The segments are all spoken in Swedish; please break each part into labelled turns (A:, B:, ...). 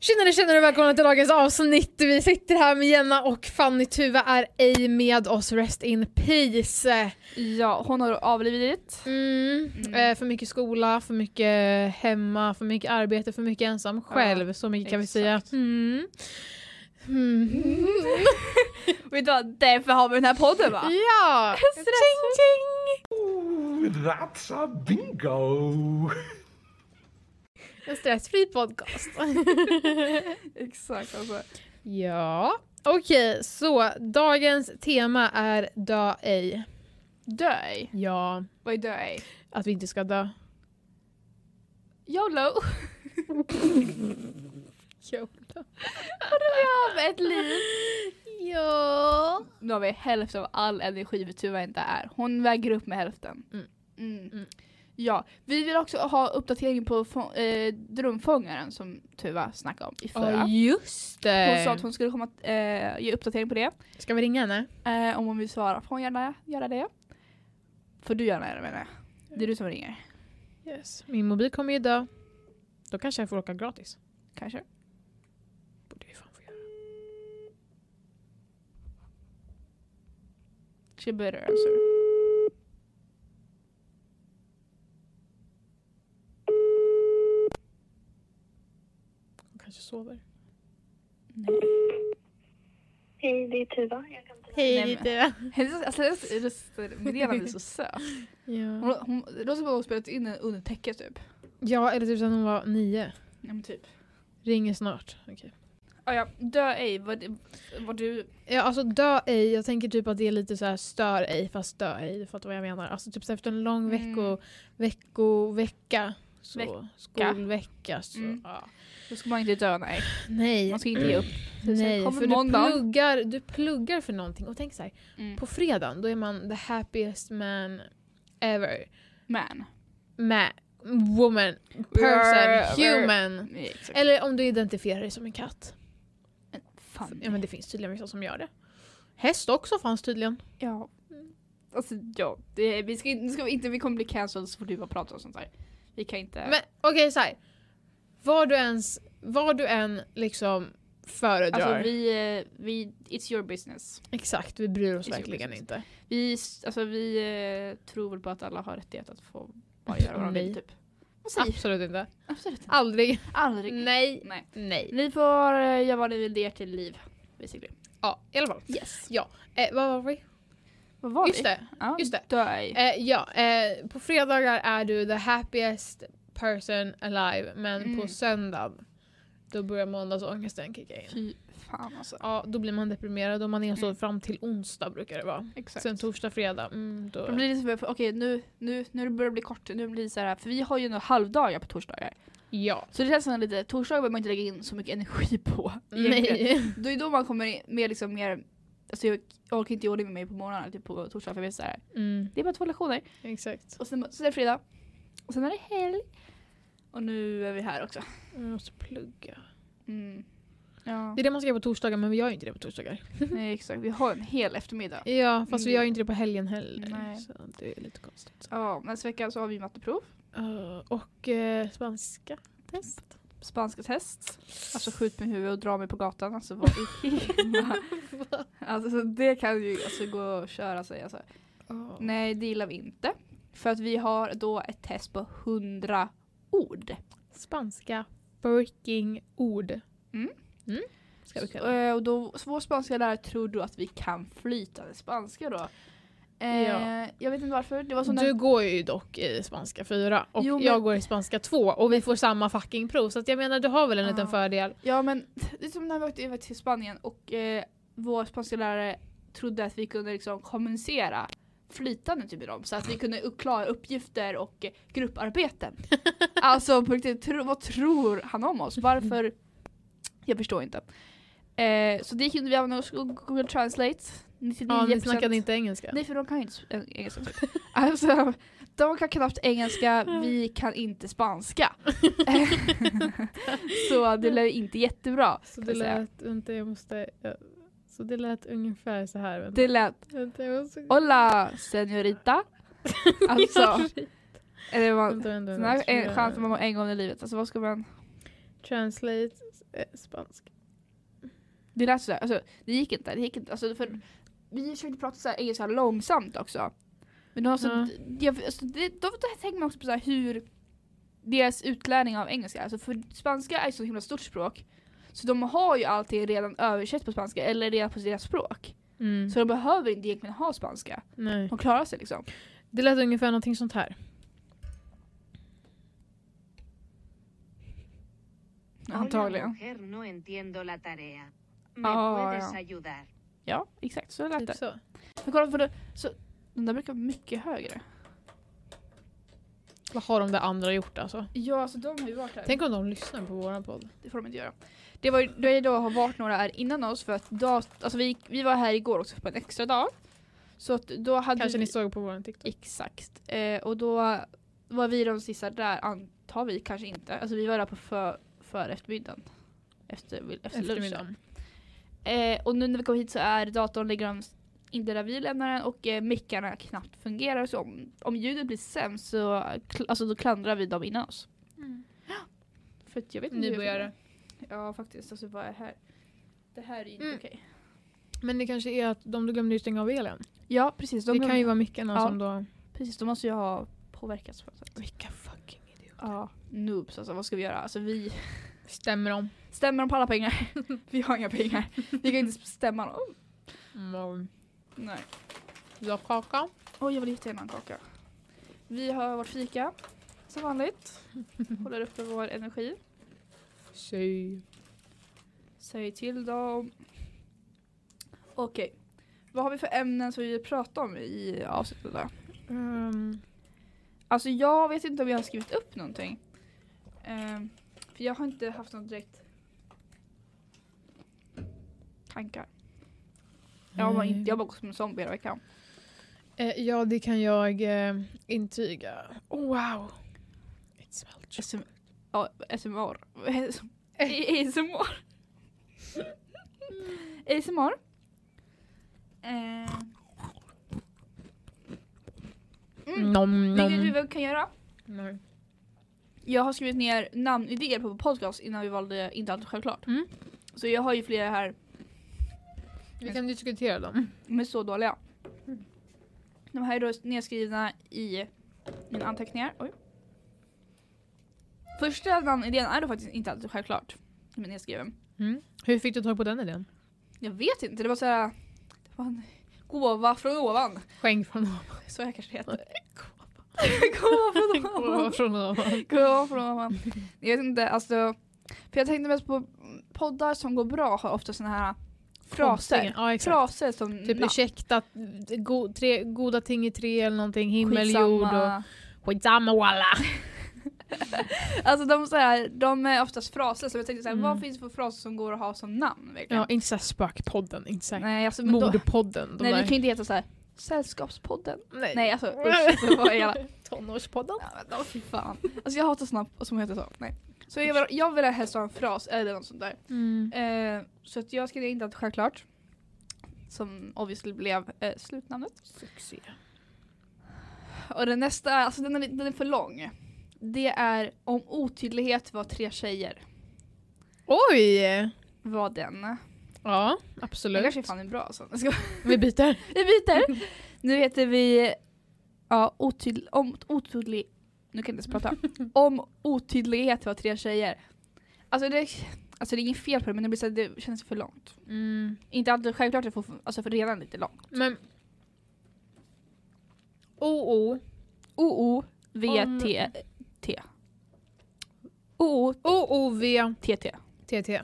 A: Tjenare tjenare och välkomna till dagens avsnitt. Vi sitter här med Jenna och Fanny Tuva är ej med oss. Rest in peace.
B: Ja, hon har avlidit.
A: Mm.
B: Mm.
A: Eh, för mycket skola, för mycket hemma, för mycket arbete, för mycket ensam själv. Så mycket kan vi säga.
B: exakt.
A: Mm. Mm.
B: Mm. Vet du vad, därför har vi den här podden va?
A: Ja! Tjing tjing!
C: Ooh, that's a bingo.
A: En stressfri podcast.
B: Exakt alltså.
A: ja. Okej, så dagens tema är dö ej.
B: Dö ej.
A: Ja,
B: Vad är dö ej?
A: att vi inte ska dö.
B: YOLO. Av ett liv.
A: Ja.
B: Nu har vi hälften av all energi vi tyvärr inte är. Hon väger upp med hälften.
A: Mm.
B: Mm.
A: Mm.
B: Ja, vi vill också ha uppdatering på få- eh, drömfångaren som Tuva snackade om i förra.
A: Ja, just
B: Hon sa att
A: det.
B: hon skulle komma eh, ge uppdatering på det.
A: Ska vi ringa henne?
B: Eh, om hon vill svara får hon gärna göra det. Får du gärna göra det menar jag. Det är du som ringer.
A: Yes. Min mobil kommer ju dö. Då kanske jag får åka gratis.
B: Kanske.
A: Borde vi fan få göra.
B: She better answer.
A: Hon kanske sover.
D: Hej, det är Tuva. Jag kan inte-
B: Nej,
A: Hej
B: men-
A: lite.
B: Hennes alltså, hennes röstmeddelande är så söt.
A: Ja.
B: Hon, hon, det låter som att hon spelat in den under täcket typ.
A: ja, eller typ sen hon var nio.
B: Ja men typ.
A: Ringer snart. Okej.
B: Ah, ja, dö ej. Vad, vad du...
A: Ja, alltså dö ej. Jag tänker typ att det är lite så här stör ej fast dö ej. Du fattar vad jag menar. Alltså typ så efter en lång
B: Mm.
A: vecko, vecko, vecka. Så,
B: Vecka.
A: Skolvecka. Så,
B: Mm.
A: ja.
B: Då ska man inte dö nej.
A: Nej.
B: Man ska inte ge upp. Sen
A: Nej,
B: kommer
A: för
B: måndagen.
A: du pluggar, du pluggar för någonting. Och tänk så här,
B: Mm.
A: på fredagen då är man the happiest man ever.
B: Man.
A: Man, woman, person, human.
B: Nej, exakt.
A: Eller om du identifierar dig som en katt.
B: Fan.
A: Ja men det finns tydligen vissa som gör det. Häst också fanns tydligen.
B: Ja. Alltså ja, det, vi, ska, inte- ska vi, inte, vi kommer bli cancelled så får du bara prata om sånt här. Vi kan inte...
A: Men okej så här. Vad du ens, vad du än liksom föredrar.
B: alltså vi, eh, vi, it's your business.
A: Exakt, vi bryr oss
B: It's your
A: verkligen
B: business.
A: inte.
B: Vi, s- alltså, vi eh, tror väl på att alla har rättighet att få bara göra vad de
A: Nej.
B: vill typ. Vad säger du?
A: Absolut inte.
B: Absolut inte.
A: Aldrig.
B: Aldrig.
A: Nej.
B: Nej.
A: Nej.
B: Ni får eh, göra vad ni vill det är ert liv. Basically.
A: Ja, i alla fall.
B: Yes.
A: Eh, vad var vi?
B: Vad var
A: Just
B: vi?
A: det.
B: Ja,
A: just det.
B: Dö ej.
A: Eh, ja, eh, på fredagar är du the happiest person alive men
B: Mm.
A: på söndagen då börjar måndagsångesten kicka in.
B: Fy fan alltså.
A: Ja, då blir man deprimerad och man är så
B: Mm.
A: fram till onsdag brukar det vara.
B: Exakt.
A: Sen torsdag, fredag. Mm, då.
B: Då blir det så, för- okej nu, nu, nu börjar det bli kort, nu blir det så här, för vi har ju några halvdagar på torsdagar.
A: Ja.
B: Så det känns som lite, torsdagar behöver man inte lägga in så mycket energi på. egentligen.
A: Nej.
B: Då är då man kommer in- mer liksom mer, alltså jag jag orkar inte göra det med mig på morgonen, typ på torsdag för jag vet så här,
A: Mm,
B: det är bara två lektioner.
A: exakt.
B: Och sen, så är det fredag. Och sen är det helg. Och nu är vi här också.
A: Jag måste plugga.
B: Mm. Ja,
A: Det är det man ska göra på torsdagar men vi gör ju inte det på torsdagar.
B: nej, exakt. Vi har en hel eftermiddag.
A: Ja, fast vi
B: Mm.
A: gör ju inte det på helgen heller.
B: Nej.
A: Så det är lite konstigt.
B: Ja, nästa vecka så har vi matteprov,
A: Eh, och eh, spanska test.
B: spanska test, alltså skjut med huvudet och dra mig på gatan. Alltså vad i hela... Alltså så det kan ju alltså, gå och köra sig alltså.
A: Ja.
B: Nej, det gillar vi inte. För att vi har då ett test på 100 ord.
A: Spanska freaking ord.
B: Mm.
A: Mm. Ska vi kunna.
B: Eh, och då, så vår spanska lärare tror då att vi kan flytande spanska då. Eh,
A: Ja.
B: Jag vet inte varför. Det var så
A: Du går ju dock i spanska 4 och
B: Jo, men-
A: jag går i spanska 2 och vi får samma fucking prov så att jag menar du har väl en liten
B: Ja.
A: fördel.
B: Ja men det är som när vi åkte över till Spanien och eh, vår spanska lärare trodde att vi kunde liksom kommunicera flytande typ i dem så att vi kunde upp- klara uppgifter och eh, grupparbeten. alltså på riktigt, tro, vad tror han om oss? Varför? Jag förstår inte. Eh, så det kunde vi använda oss av Google Translate. 99%.
A: Ja, ni snackade inte engelska.
B: Nej för de kan ju inte s- ä- engelska typ. alltså, de kan knappt engelska, vi kan inte spanska. så det lär ju inte jättebra.
A: Så
B: kan
A: det
B: jag säga.
A: lät, vänta, jag måste, ja. så det lät ungefär så här. Vänta,
B: Det lät
A: vänta, jag måste,
B: Hola señorita. Alltså, eller man,
A: vänta, vänta,
B: den här
A: vänta,
B: är en chans man har en gång i livet. Alltså vad ska man?
A: Translate, eh, spanska.
B: Det lät sådär, alltså det gick inte. Det gick inte. Alltså, för, vi försökte prata så här engelska långsamt också. Men då, alltså,
A: Ja.
B: jag, alltså, det, då, då tänker man också på så här hur deras utlärning av engelska, alltså för spanska är ju så himla stort språk. Så de har ju allting redan översatt på spanska eller redan på deras språk.
A: Mm,
B: Så de behöver inte egentligen ha spanska.
A: nej.
B: De klarar sig liksom.
A: Det lät ungefär någonting sånt här.
E: Hola,
B: Antagligen.
E: mujer, no entiendo la tarea. ¿Me
B: Ah,
E: puedes
B: ja.
E: ayudar?
B: Ja, exakt så lät det.
A: Typ så.
B: Men kolla på det. Så, den där brukar vara mycket högre.
A: Vad har de där andra gjort alltså?
B: Ja, alltså de har ju varit här.
A: Tänk om de lyssnar på våran podd.
B: Det får de inte göra. Det var ju det är då har varit några här innan oss för att då, alltså vi, gick- vi var här igår också på en extra dag. Så att då hade
A: Kanske
B: vi,
A: ni såg på våran TikTok.
B: Exakt. Eh, och då var vi de sista där, antar vi kanske inte. Alltså vi var där på för, för eftermiddagen. Efter, efter lunchen.
A: Eftermiddagen.
B: Eh, och nu när vi kom hit så är datorn ligger de inte där vi lämnar den och eh, mickarna knappt fungerar. Så om, om ljudet blir sämst så kl- alltså, då klandrar vi dem innan oss. För att jag vet inte hur jag får
A: Nybörjare.
B: Ja faktiskt, alltså vad är här? Det här är ju inte
A: Mm.
B: okej.
A: Men det kanske är att de glömde ju stänga av elen.
B: Ja precis, de,
A: det kan ju vara mickarna
B: Ja.
A: som då...
B: precis, de måste ju ha påverkats på något sätt.
A: Vilka fucking idioter.
B: Ja. Noobs alltså, vad ska vi göra? Alltså vi
A: Stämmer de?
B: stämmer dem på alla pengar. vi har inga pengar. Vi kan inte stämma dem. Oh,
A: Mm.
B: Nej.
A: Vill du ha kaka?
B: Oj jag vill jättegärna ha en kaka. Vi har vårt fika, som vanligt. Håller uppe vår energi.
A: Tjej.
B: Säger till dem. Okej. Vad har vi för ämnen som vi vill prata om i avsnittet då?
A: Ehm,
B: Alltså jag vet inte om jag har skrivit upp någonting. Ehm, för jag har inte haft någon direkt tankar. Jag har bara,
A: Nej.
B: inte, jag har bara gått som en zombie hela veckan.
A: eh, ja, det kan jag eh, intyga. Oh, wow! It smelled just-
B: SM, ja, SMR. ASMR. ASMR. Ehm, Mm.
A: Nom,
B: Vilket vi
A: nom.
B: väl kan göra.
A: Nej.
B: Jag har skrivit ner namnidéer på vår podcast innan vi valde Inte alltid självklart.
A: Mm.
B: Så jag har ju flera här
A: Vi kan diskutera dem.
B: De är så dåliga.
A: Mm.
B: De här är då nedskrivna i mina anteckningar. Oj. Första namnidén är då faktiskt inte alltid självklart. Den är nedskriven.
A: Mm. Hur fick du tag på den idén?
B: Jag vet inte, det var så här. Det var en gåva från ovan.
A: Skänk från
B: Så jag kanske det heter.
A: ovan.
B: gåva från
A: Gåva
B: ovan.
A: från ovan.
B: Gåva från ovan. Jag vet inte, alltså. För jag tänkte mest på poddar som går bra har ofta såna här fraser.
A: Ja, exakt.
B: Fraser som
A: Typ
B: namn.
A: ursäkta, go, tre, goda ting i tre eller någonting, himmel, jord och...
B: Skitsamma.
A: Skitsamma walla!
B: Alltså de, så här, de är oftast fraser, så jag tänkte så här,
A: Mm.
B: vad finns det för fraser som går att ha som namn? Verkligen?
A: Ja, inte såhär spökpodden, inte såhär
B: nej, alltså, men då,
A: mordpodden. de
B: nej vi
A: där-
B: kan ju inte heta så här. Sällskapspodden?
A: nej.
B: Nej alltså usch, alltså, vad är jävla...
A: Tonårspodden?
B: Ja, men då, fy fan. Alltså jag hatar såna som heter så. Nej. Så jag vill, jag vill helst ha en fras eller något sånt där.
A: Mm.
B: Eh, så att jag skrev inte att självklart. Som obviously blev eh, slutnamnet.
A: Succé.
B: Och den nästa, alltså den är, li- den är för lång. Det är om otydlighet var tre tjejer.
A: Oj!
B: Var den.
A: Ja,
B: Den
A: absolut.
B: kanske fan är bra alltså. Jag ska
A: Vi byter.
B: Vi byter. Nu heter vi ja, otydlig, om, otydlig, nu kan jag inte ens prata. Om otydlighet var tre tjejer. Alltså det, alltså det är inget fel på det men det, blir så här, det känns för långt.
A: Mm.
B: Inte alltid självklart, det får, alltså för redan lite långt.
A: Men... OO.
B: o o v t t o o
A: OOVTT.
B: t t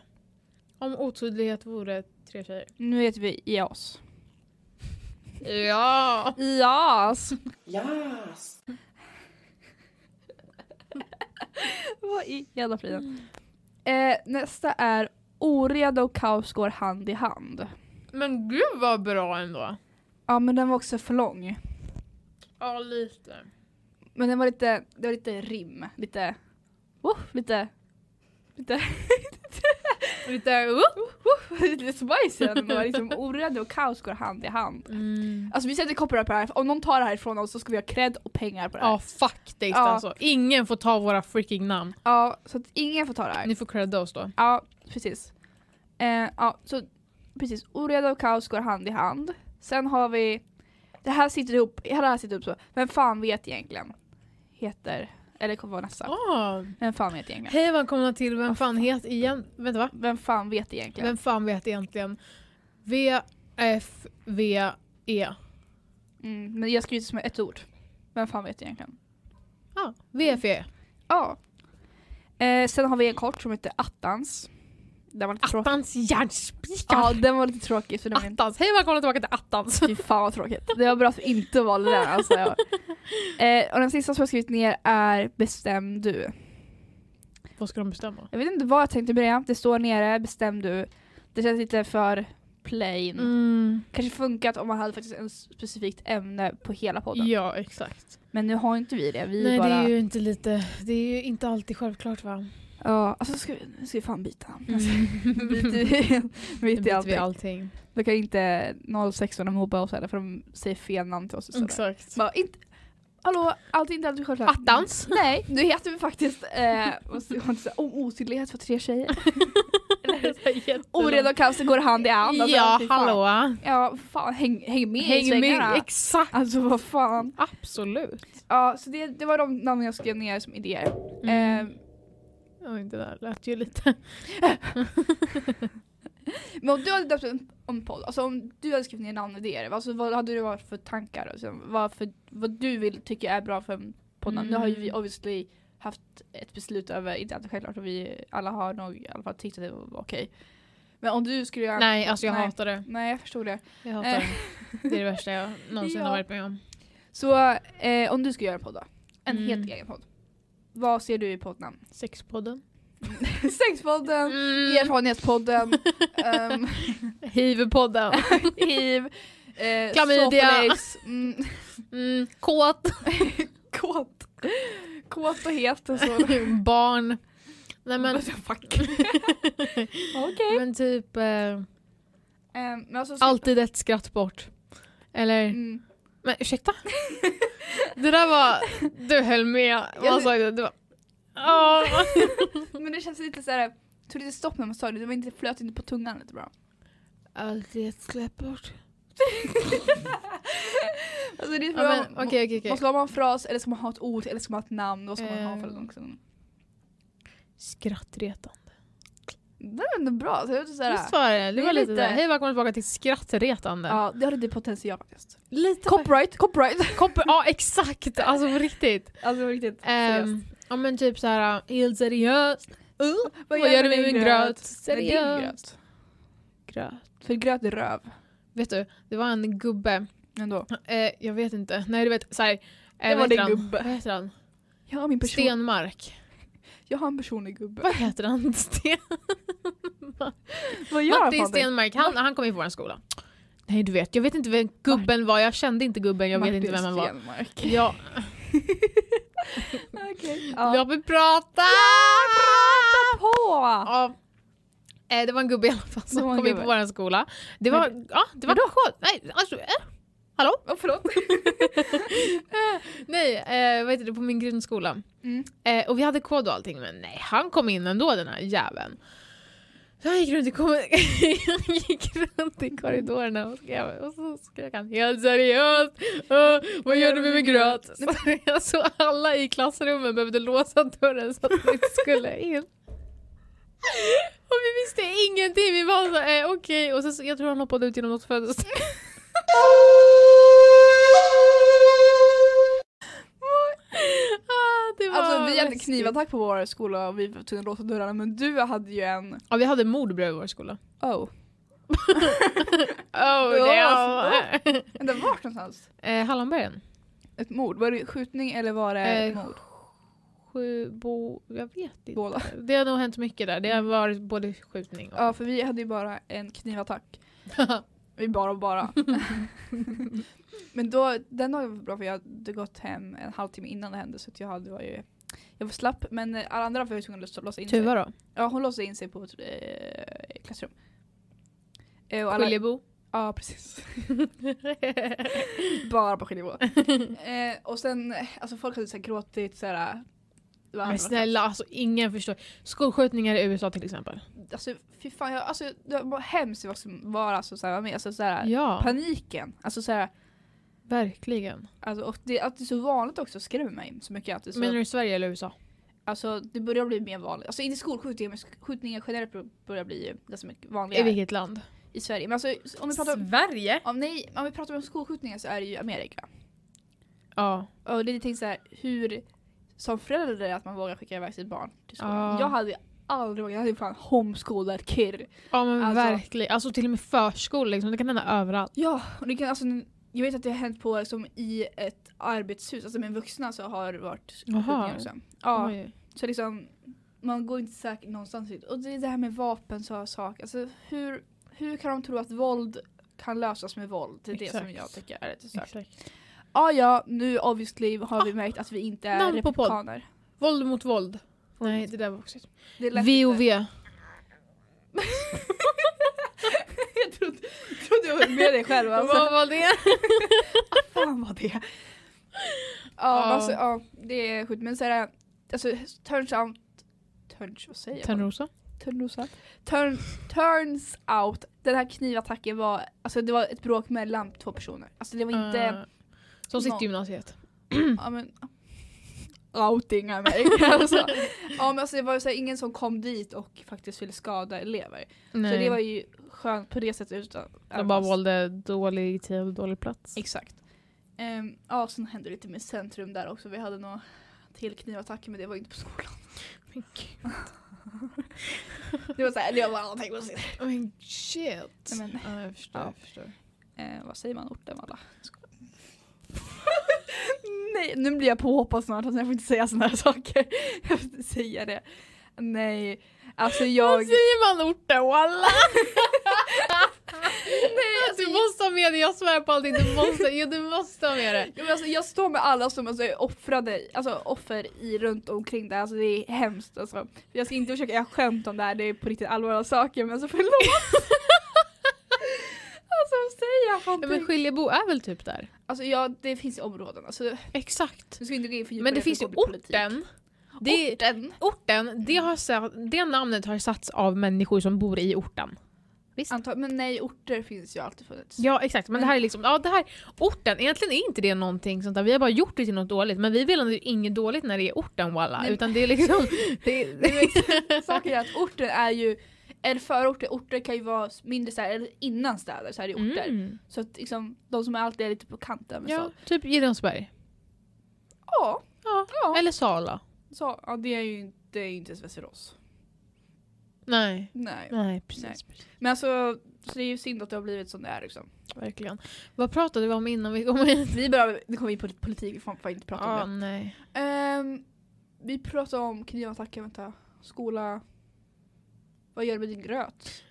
A: Om otydlighet vore tre tjejer.
B: Nu heter vi IAS.
A: Ja!
B: IAS!
C: Yes.
B: Vad i jävla friden. Eh, nästa är oreda och kaos går hand i hand.
A: Men gud vad bra ändå.
B: Ja men den var också för lång.
A: Ja, lite.
B: Men den var lite, det var lite rim, lite, oh, lite, lite, lite, oh, oh, lite spicy. Den var liksom orädd och kaos går hand i hand.
A: Mm.
B: Alltså vi sätter koppar på det här, om någon tar det här ifrån oss så ska vi ha cred och pengar på det här.
A: Ja faktiskt
B: Ja.
A: alltså. Ingen får ta våra freaking namn.
B: Ja, så att ingen får ta det här.
A: Ni får credda oss då.
B: Ja, precis. Eh, ja, så precis. Oreda och kaos går hand i hand. Sen har vi, det här sitter ihop, hela det här sitter ihop så. Vem fan vet egentligen? Heter, eller kommer vara nästa.
A: Ah.
B: Vem fan vet egentligen?
A: Hej och välkomna till Vem fan het igen? Vänta va?
B: Vem fan vet egentligen?
A: Vem fan vet egentligen? V-F-V-E.
B: Mm, men jag skriver det som ett ord. Vem fan vet egentligen?
A: Ah, VFE.
B: Ja. Eh, sen har vi en kort som heter Attans. Den var lite tråkig.
A: Attans hjärnspikar.
B: Ja, den var lite tråkig. Så den var inte
A: Attans. Hej och välkomna tillbaka till Attans.
B: Fy fan vad tråkigt. Det var bra att vi inte valde den. Alltså. Jag- Eh, och den sista som jag skrivit ner är Bestäm du.
A: Vad ska de bestämma?
B: Jag vet inte vad jag tänkte börja. Det står nere Bestäm du. Det känns lite för plain.
A: Mm.
B: Kanske funkat om man hade faktiskt en specifikt ämne på hela podden.
A: Ja exakt.
B: Men nu har inte vi det. Vi
A: Nej
B: bara...
A: det är ju inte lite, det är ju inte alltid självklart va?
B: Ja, alltså ska vi, nu ska vi fan byta.
A: Mm.
B: Byter vi-
A: Nu
B: Mitt
A: byter
B: i
A: vi
B: allting.
A: allting.
B: Då kan inte 016 mobba oss heller för de säger fel namn till oss istället.
A: Exakt.
B: Bara, inte, hallå, allt är inte alltid självklart.
A: Attans.
B: Nej, nu heter vi faktiskt eh, vad ska man säga, om otydlighet för tre tjejer. Oreda och cancer går hand i hand. Alltså,
A: Ja,
B: fy fan.
A: hallå.
B: Ja, fan, häng, häng med i
A: Häng
B: svängarna.
A: med. Exakt.
B: Alltså vad fan.
A: Absolut.
B: Ja, så det, det var de namn jag skrev ner som idéer.
A: Mm.
B: Eh,
A: Oj, det där lät ju lite...
B: men om du hade döpt en, en podd, alltså om du hade skrivit ner namnidéer, alltså, vad hade det varit för tankar? Alltså, vad, för, vad du vill tycka är bra för en podd? Nu har ju vi
A: Mm.
B: obviously haft ett beslut över, inte alltid självklart, och vi alla har nog i alla fall tyckt att det var okej. Men om du skulle göra...
A: Nej, alltså jag
B: Nej.
A: hatar det.
B: Nej, jag förstod det.
A: Jag hatar
B: Eh.
A: det. Det är det värsta jag någonsin
B: Ja.
A: har varit med om.
B: Så eh, om du ska göra en podd då, en
A: Mm.
B: helt egen podd. Vad ser du i poddnamn?
A: Sexpodden.
B: Sexpodden,
A: Mm.
B: erfarenhetspodden, um,
A: Hivpodden.
B: hiv, eh,
A: Klamydia.
B: soffalace, mm,
A: Mm. Kåt.
B: kåt. Kåt och het och så.
A: Barn. Nej men...
B: Fuck. Okej.
A: men typ... Eh,
B: Ehm, men alltså,
A: alltid ett skratt bort. Eller...
B: Mm.
A: Men ursäkta? det där var... Du höll med. Vad sa du? Du var... Ja.
B: Men det känns lite såhär, tog lite stopp när man sa det, det var inte, flöt inte på tungan lite bra.
A: Alltid ett skratt bort.
B: Alltså det är
A: Ja, men,
B: man-
A: Okej, okej, okej.
B: man ska ha en fras eller ska man ha ett ord eller ska man ha ett namn? Vad ska man ha för
A: Ehm.
B: någonting?
A: Skrattretande.
B: Det var ändå bra. Så jag vet, så här,
A: Visst var det? Det
B: är
A: var lite
B: lite-
A: där. Hej välkomna tillbaka till skrattretande.
B: Ja, det har lite potential faktiskt.
A: Lite
B: Copyright, copyright!
A: Kompr- ja exakt, alltså på riktigt.
B: Alltså riktigt, seriöst.
A: Um, ja men typ såhär, helt seriöst. Uh, vad gör du med min gröt?
B: Nej, det är
A: Seriöst.
B: gröt.
A: Gröt.
B: För gröt är röv.
A: Vet du, det var en gubbe,
B: Ändå.
A: eh, jag vet inte, nej du vet såhär. Eh,
B: Det
A: vad
B: var
A: heter
B: det
A: han?
B: gubbe.
A: Vad heter han?
B: Jag har min person.
A: Stenmark.
B: Jag har en personlig gubbe.
A: Vad heter han? Sten-
B: Vad
A: Martin
B: för dig?
A: Stenmark, han, han kom in på vår skola. Nej du vet, jag vet inte vem gubben var, jag kände inte gubben, jag vet
B: Martin
A: inte vem han var.
B: Stenmark.
A: Ja,
B: Okej. Ja.
A: låt mig prata!
B: På!
A: Ja. Eh, det var en gubbe i alla fall
B: Det var
A: som
B: en
A: kom in på
B: gubbe.
A: vår skola. Det var, ja, det var skönt. Nej, alltså, eh, hallå?
B: Oh, förlåt.
A: Nej, eh, vad heter det, på min grundskola.
B: Mm.
A: Eh, och vi hade kod och allting, men nej, han kom in ändå den här jäveln. Så han gick runt i, kom- han gick runt i korridorerna och skrek, och så skrek han helt seriöst, "Åh, vad gör du med min gröt? Så alla i klassrummet behövde låsa dörren så att de inte skulle in. Och vi visste ingenting, vi var så eh, okej, och sen så, jag tror han hoppade ut genom något fönster. ah, det var
B: Alltså vi hade
A: läskigt.
B: knivattack på vår skola och vi var tvungna att låsa dörrarna men du hade ju en...
A: Ja, vi hade mord bredvid vår skola.
B: Oh.
A: Oh,
B: Ja, Vänta, vart någonstans?
A: eh, Hallonbergen.
B: Ett mord? Var det skjutning eller var det
A: Eh,
B: mord?
A: Sju, bo, jag vet inte.
B: Båda.
A: Det har nog
B: Mm.
A: hänt mycket där. Det har varit både skjutning och...
B: Ja för vi hade ju bara en knivattack. Vi bara bara. Men då, den dagen var bra för jag hade gått hem en halvtimme innan det hände så att jag hade var ju jag var slapp men eh, alla andra var ju tvungna att låsa in sig.
A: Tuva då?
B: Ja hon låste in sig på ett eh, klassrum. Eh, och alla-
A: Skiljebo?
B: Ja precis. Bara på skiljenivå. eh, och sen, alltså folk hade så här gråtit så här. det
A: Men
B: var andra-
A: snälla, alltså ingen förstår. Skolskjutningar i USA till exempel.
B: Alltså fy fan, jag, alltså, det var hemskt vad som var alltså, så här, med, alltså, så här,
A: Ja,
B: paniken. Alltså, så här,
A: verkligen.
B: alltså, och det, att det är så vanligt också skrämmer mig så mycket. Att det, är så,
A: Menar du Sverige eller USA?
B: alltså, det börjar bli mer vanligt. Alltså inte skolskjutningar men sk- skjutningar generellt bör- börjar bli ju ganska mycket
A: I
B: vanligare i,
A: vilket land?
B: Sverige. Men alltså om vi pratar om,
A: Sverige?
B: om, nej, om, vi pratar om skolskjutningar så är det ju Amerika.
A: Ja.
B: Och det är tänkt så här, hur som förälder att man vågar skicka iväg sitt barn till skolan.
A: Ja.
B: Jag hade ju aldrig vågat, jag hade ju fan homeschoolat kid.
A: Ja men
B: Alltså-
A: verkligen. Alltså till och med förskola liksom. Det kan hända överallt.
B: Ja, och det kan, alltså, jag vet att det har hänt på liksom, i ett arbetshus, alltså med vuxna så har det varit
A: Jaha.
B: skjutningar också. Ja,
A: Oj.
B: så liksom man går inte säkert någonstans. ut. Och det är det här med vapen så sak. Alltså hur, hur kan de tro att våld kan lösas med våld? Det är det som
A: Exakt.
B: jag tycker är lite stört.
A: Exakt.
B: Ja, ja, nu obviously har vi Ah. märkt att vi inte är
A: Namn på podd.
B: republikaner.
A: Våld mot våld. Nej det där var också...
B: Det lät
A: VOV.
B: lite- jag trodde, trodde jag höll med dig själv alltså.
A: Vad var det?
B: fan vad det är. Ja,
A: Ja.
B: Alltså, ja, det är sjukt. Men så är det, alltså turns out, turns, vad säger jag?
A: Törnrosa?
B: Törnrosa. Turn, turns out, den här knivattacken var, alltså det var ett bråk mellan två personer. Alltså det var inte,
A: Eh, Som sitt
B: någon-
A: gymnasiet. Ah.
B: ja men outinga mig. alltså. Ja men alltså det var ju så här, ingen som kom dit och faktiskt ville skada elever.
A: Nej.
B: Så det var ju skönt på det sättet. Utan,
A: De bara
B: fast-
A: valde dålig tid och dålig plats.
B: Exakt. Ehm, ja, sen hände det lite med centrum där också. Vi hade några till knivattacker men det var ju inte på skolan.
A: Men gud.
B: Det var såhär, det var alla tänk på sig.
A: Men shit.
B: Nej, men-
A: Ja, jag förstår.
B: Ja.
A: Jag förstår.
B: Ehm, vad säger man orten alla? Nej, nu blir jag påhoppad snart alltså jag får inte säga sådana här saker. Jag får inte säga det. Nej, alltså jag...
A: Vad säger man orten walla?
B: Nej,
A: Du
B: alltså, jag,
A: måste ha med det, jag svär på allting. Du måste, ja, du måste ha med det.
B: Ja, men alltså, jag står med alla som alltså, är offrade, alltså offer i runt omkring det här. Alltså det är hemskt alltså. Jag ska inte försöka göra skämt om det här, det är på riktigt allvarliga saker men alltså förlåt! alltså vad säger jag?
A: Ja,
B: Fan,
A: men Skiljebo är väl typ där?
B: Alltså ja, det finns ju områden. Alltså,
A: Exakt.
B: nu ska vi inte gå in för djupt
A: Men
B: på
A: det finns ju
B: för politik.
A: orten. Det,
B: Orten?
A: orten, det, har, sa- det namnet har satts av människor som bor i orten.
B: Antag- men nej, orter finns ju alltid funnits.
A: Ja exakt, men det här är liksom, ja det här, orten, egentligen är inte det någonting sånt där, vi har bara gjort det till något dåligt, men vi vill ändå inget dåligt när det är orten walla,
B: Nej.
A: utan det är liksom, det, är-
B: Nej, men Saken är att orten är ju, eller förorter, orter kan ju vara mindre städer, eller innan städer så här är det orter.
A: Mm.
B: Så att liksom, de som är alltid är lite på kanten. Men
A: Ja,
B: så.
A: typ Gideonsberg.
B: ja.
A: Ja.
B: Ja.
A: Eller Sala.
B: Så, ja, det är ju inte, inte ens Västerås.
A: Nej.
B: Nej.
A: Nej, precis.
B: Nej. Men alltså, så det är ju synd att det har blivit som det är liksom.
A: Verkligen. Vad pratade vi om innan vi kom hit?
B: Vi börjar, nu kommer vi in på lite politik, vi får får inte prata
A: Ja,
B: om det.
A: nej.
B: Ehm, vi pratar om knivattacker, vänta. Skola. Vad gör du med din gröt?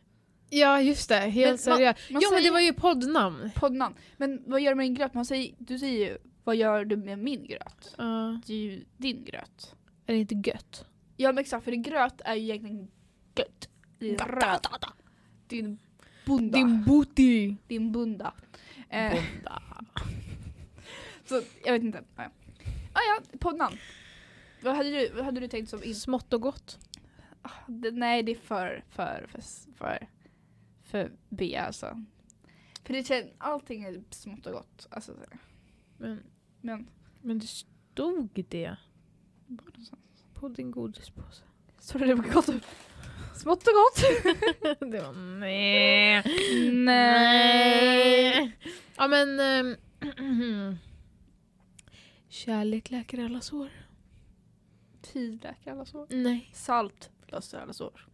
A: Ja, just det.
B: Men
A: Helt
B: man-
A: seriöst. Ja,
B: Man
A: men det
B: säger
A: var ju poddnamn.
B: poddnamn. Men vad gör du med din gröt? Man säger, du säger ju, vad gör du med min gröt?
A: Ja.
B: Det är ju din gröt.
A: är det inte gött?
B: Ja men exakt, för din gröt är ju egentligen gött. Din röt. Din bunda.
A: Din booty.
B: Din bunda. Eh, Så jag vet inte. Ah, ja. Ah, ja, poddnamn. Vad hade du, vad hade du tänkt som in...
A: Smått och gott.
B: Ah, det, nej, det är för, för, för, för, för B alltså. För det känns, allting är smått och gott. Alltså, så här.
A: Men,
B: men
A: men det stod det på din godispåse.
B: står det på gott? Smått och gott?
A: det var nej.
B: nej.
A: Ja men... ehm, Kärlek läker alla sår.
B: Tid läker alla sår.
A: Nej.
B: Salt löser alla sår.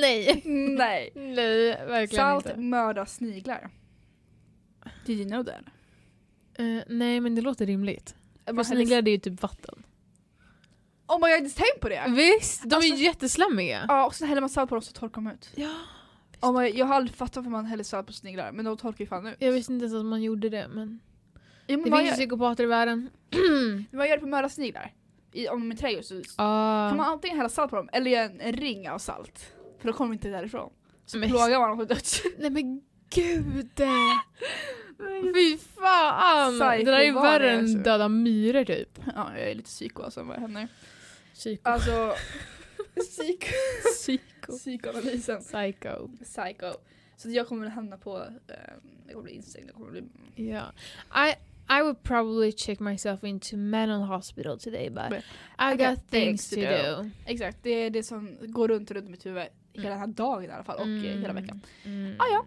A: Nej.
B: nej.
A: Nej, verkligen
B: Salt
A: inte.
B: mördar sniglar. Did you know that?
A: Eh, nej men det låter rimligt.
B: Man
A: För
B: hade-
A: sniglar det är ju typ vatten.
B: Oh
A: Mm.
B: my god, jag har inte tänkt på det!
A: Visst, de är
B: Alltså-
A: ju jätteslammiga.
B: Ja, och sen häller man salt på dem så torkar de ut.
A: Ja,
B: Ja, men jag har aldrig fattat varför man häller salt på sniglar men de torkar ju fan ut.
A: Jag visste inte ens att man gjorde det men.
B: ja, men
A: Det
B: man,
A: finns ju
B: gör,
A: psykopater i världen.
B: man gör det på mördarsniglar. I, om de är trädjur så
A: Ah.
B: kan man antingen hälla salt på dem eller göra en, en ring av salt. För då kommer de inte därifrån. Så
A: Men-
B: plågar man dem till döds.
A: Nej men gud! Fy fan!
B: Psycho
A: det där är
B: var
A: värre
B: det, alltså.
A: än döda myror typ.
B: Ja, jag är lite psyko alltså vad händer?
A: Psyko.
B: Alltså... psyko.
A: Psyko.
B: Psykoanalysen.
A: Psycho.
B: Psycho. Så jag kommer hamna på... Eh, jag kommer bli instängd, jag kommer bli...
A: Yeah. I I would probably check myself into mental hospital today but,
B: But
A: I, got, things, to do.
B: Exakt, det är det som går runt och runt i mitt huvud hela den här dagen i alla fall och eh, hela
A: Mm.
B: veckan.
A: Mm.
B: Ah, ja.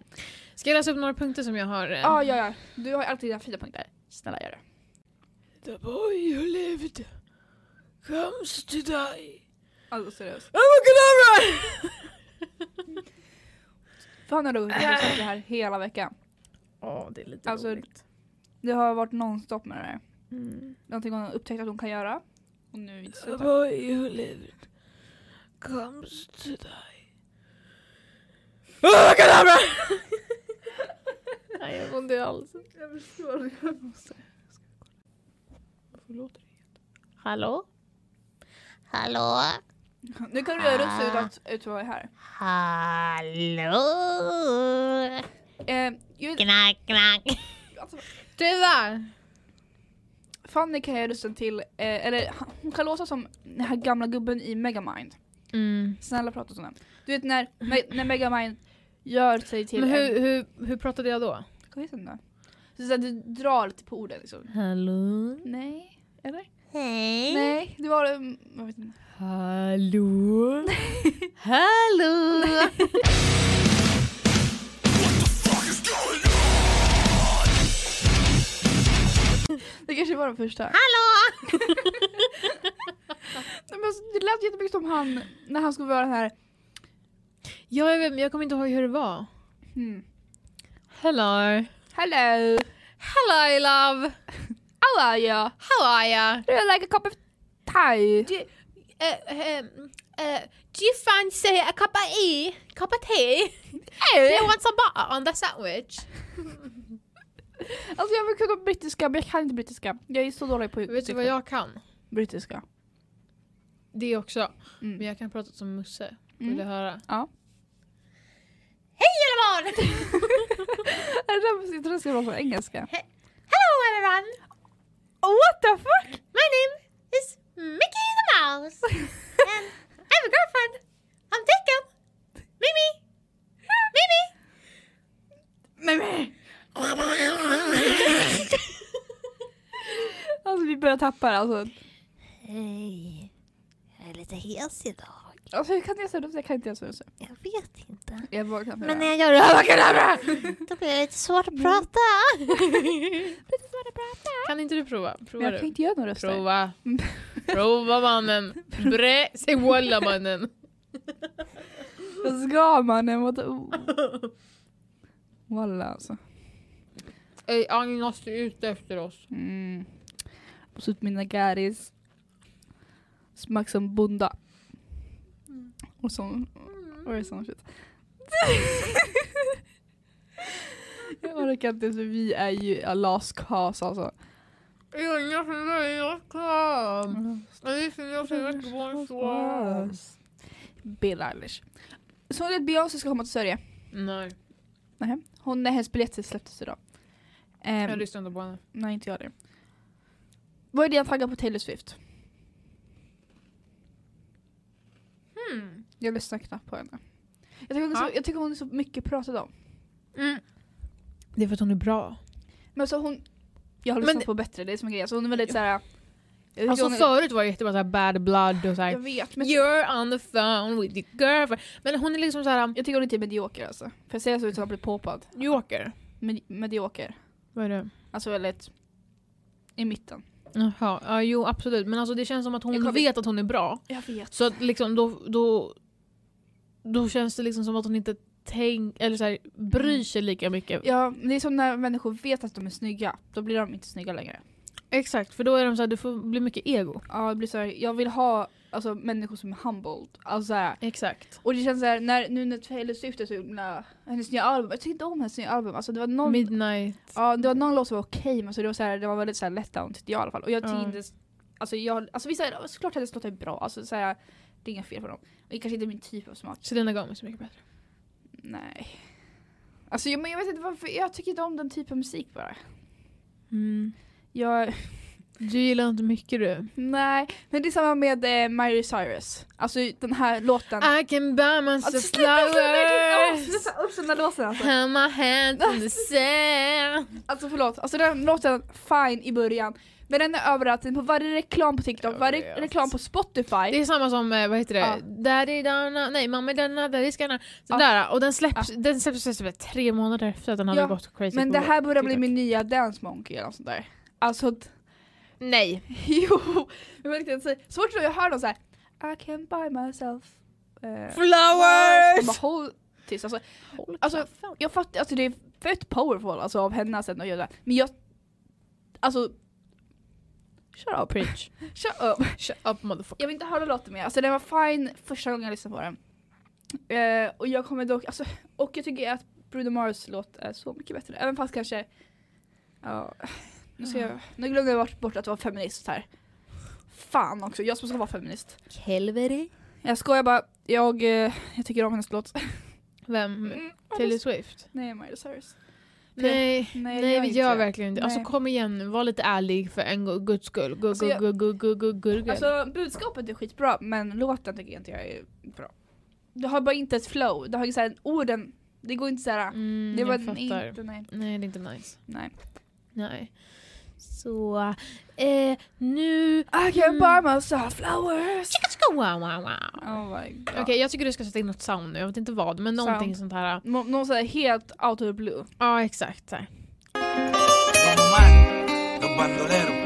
A: Ska jag läsa upp några punkter som jag har? eh,
B: Ja, ah, ja, ja. Du har ju alltid dina fina punkter. Snälla gör det.
A: The boy who lived comes to die.
B: Alltså seriöst.
A: Oh Abacadabra!
B: Fan har du gått och sagt det här hela veckan.
A: Ja, det är lite
B: Alltså-
A: roligt.
B: Det har varit nonstop med det här.
A: Mm.
B: Någonting hon har upptäckt att hon kan göra. Och nu inte
A: The
B: slutar.
A: boy who lived comes to die. Abacadabra! Nej, jag får ont i halsen.
B: Jag förstår.
A: Hallå?
F: Hallå?
B: Nu kan du göra röst ut att ut vad jag är här.
F: Hallå?
B: Eh, jag vet,
F: Knack, knack.
B: alltså,
A: Tuva!
B: Fanny kan jag rösten till, eh, eller hon kan låta som den här gamla gubben i Megamind.
A: Mm.
B: Snälla prata som den. Du vet när, me- när Megamind gör sig till
A: Men
B: en...
A: hur, hur, hur pratade jag då?
B: Jag vet inte. Så så här, du drar lite på orden liksom.
A: Hallå?
B: Nej. Eller?
F: Hej.
B: Nej, det var... mm, Jag vet inte.
A: Hallå? Hallå?
B: Det kanske var den första.
F: Hallå?
B: Nej, men alltså, det lät jättemycket som han när han skulle vara den här...
A: Ja, jag, vet, men jag kommer inte ihåg hur det var.
B: Hmm.
A: Hello.
B: Hello!
A: Hello love.
B: How are you?
A: How are you?
B: Do you like a cup of thai?
A: Uh, um, uh, do you fancy a cup of tea? Cup of tea? Do you
B: Hey.
A: want some butter on the sandwich?
B: Alltså jag vill kunna brittiska men jag kan inte brittiska. Jag är så dålig på
A: Vet du vad jag kan?
B: Brittiska.
A: Det också.
B: Mm.
A: Men jag kan prata som Musse. Vill
B: Mm.
A: du höra?
B: Ja.
A: Hej alla barn!
B: Är det där jag tror det ska vara på engelska.
F: Hello everyone.
B: What the fuck?
F: My name is Mickey the Mouse. And I have a girlfriend. I'm taken. Mimi. Mimi.
B: Alltså vi börjar tappa det alltså.
F: Hej. Jag är lite hes idag.
B: Alltså hur kan jag säga det? Jag kan inte ens säga det.
F: Jag vet inte.
B: Jag bara kan
F: Men
B: Men
F: när
B: nej.
F: jag gör abacadabra då blir det lite svårt att prata.
A: Kan inte du prova?
B: Men
A: Prova
B: jag kan
A: du.
B: inte göra några röster.
A: Prova. Prova mannen. Brä, säg walla mannen.
B: Vad ska man? Jag måste... oh. Walla alltså.
A: Ey, Agnes måste ut efter oss.
B: Mm. Måste ut mina garis. Smak som bunda. Och sån... Och det är sån shit. jag orkar inte så vi är ju a last cause alltså.
A: Inga förlöjligas kram. Vi finns i Göteborgs
B: Bill Eilish. Så att Beyoncé ska komma till Sverige.
A: Nej,
B: Nej. Hon, nej, hennes biljett släpptes idag. Ehm,
A: jag lyssnar inte på henne.
B: nej, inte jag det. Vad är dina tankar på Taylor Swift?
A: Hmm.
B: Jag lyssnar knappt på henne. Jag tycker hon är
A: Ja.
B: så, jag tycker hon är så mycket pratad om.
A: Det är för att hon är bra.
B: Men alltså hon... Jag har
A: Men
B: lyssnat
A: det-
B: på bättre, det är som en grej. Alltså hon är väldigt såhär... Jag, tycker
A: Alltså
B: hon är,
A: förut var det jättebra såhär bad blood och
B: jag
A: såhär
B: vet, men
A: You're on the phone with your girlfriend. Men hon är liksom såhär
B: jag tycker hon är typ medioker alltså. För jag säger så utan att jag blir påpad.
A: joker.
B: Med, medioker.
A: Vad är det?
B: Alltså väldigt... I mitten.
A: Jaha, ja, jo absolut. Men alltså det känns som att
B: Jag
A: hon
B: kommer-
A: vet att hon är bra.
B: Jag vet.
A: Så att liksom då, då, då känns det liksom som att hon inte tänk, eller så här, Mm. bryr sig lika mycket.
B: Ja, men det är som när människor vet att de är snygga. Då blir de inte snygga längre.
A: Exakt, för då är de så här, du får bli mycket ego.
B: Ja, det blir så här, jag vill ha alltså, människor som är humbled. Alltså, så här.
A: Exakt.
B: Och det känns såhär, när, nu när Taylor Swift är så himla, hennes nya album, jag tyckte inte om hennes nya album. Alltså, det var någon,
A: Midnight.
B: ja, det var någon låt som var okej men alltså, det, var så här, det var väldigt såhär letdown tyckte jag i alla fall. Och jag
A: Ja.
B: tyckte inte, alltså, jag, alltså vissa, såklart hennes låtar är bra, alltså, så här, det är inga fel på dem. Och det kanske inte är min typ av smak.
A: Selena Gomez är mycket bättre.
B: Nej. Alltså jag, men jag vet inte varför, jag tycker inte om den typen av musik bara. Jag,
A: Du gillar inte mycket du.
B: nej, men det är samma med eh, Miley Cyrus. Alltså den här låten.
A: I can buy myself
B: Ah, Alltså, sluta, sluta, sluta,
A: flowers.
B: sluta upp den där låten alltså.
A: Have my hands in the sand.
B: Alltså förlåt, alltså den låten fine i början. Men den är överallt, den är på varje reklam på TikTok,
A: Jag
B: varje
A: vet.
B: reklam på Spotify.
A: Det är samma som, eh, vad heter det,
B: Ja.
A: Daddy Dana, nej mamma Dana, Daddy Skana.
B: Ja.
A: Den där, och den släpps, den släpps efter tre månader efter att den hade
B: Ja,
A: gått crazy
B: men
A: Alltså, på
B: det här börjar bli
A: TikTok.
B: min nya dance monkey eller något sånt där. Alltså, att-
A: Nej.
B: jo! Jag vet inte, så fort jag hör någon såhär I can buy myself eh, Jag bara,
A: Flowers!
B: Håll tyst. Alltså, alltså, jag fattar, alltså det är fett powerful alltså, av henne sen att göra det. Men jag... Alltså... Shut up.
A: Preach.
B: Shut up.
A: Shut up motherfucker.
B: Jag vill inte höra låten mer. Alltså den var fine första gången jag lyssnade på den. Eh, och jag kommer dock, alltså, och jag tycker att Bruno Mars låt är så mycket bättre. Även fast kanske, ja, nu, ska jag, nu glömde jag bort- bort att vara feminist här. Fan också, jag som ska vara feminist.
F: Helvete.
B: Jag skojar bara, jag, eh, jag tycker om hennes låt.
A: Vem?
B: Mm,
A: Taylor Swift?
B: Nej, Miley Cyrus.
A: Nej. Nej
B: Nej,
A: det
B: inte
A: gör jag
B: det.
A: verkligen inte. Alltså
B: Nej.
A: kom igen nu, var lite ärlig för en go- guds skull. Gu-
B: Alltså,
A: gu-
B: jag-
A: gu- gu- gu- gu- gurgel.
B: Alltså budskapet är skitbra men låten tycker jag inte jag är bra. Du har bara inte ett flow, du har inte såhär orden, det går inte såhär.
A: Mm,
B: det var
A: jag fattar.
B: inte, nej,
A: Nej det är inte nice.
B: nej.
A: Nej. Så, eh, nu...
B: I can buy myself flowers!
A: Wow, wow, wow.
B: Oh my god.
A: Okej, jag tycker du ska sätta in något sound nu. Jag vet inte vad, men
B: Sound.
A: någonting sånt här.
B: Nå- Någon såhär helt out of the blue.
A: Ja, exakt. Så här.
G: Don Mario, los bandoleros.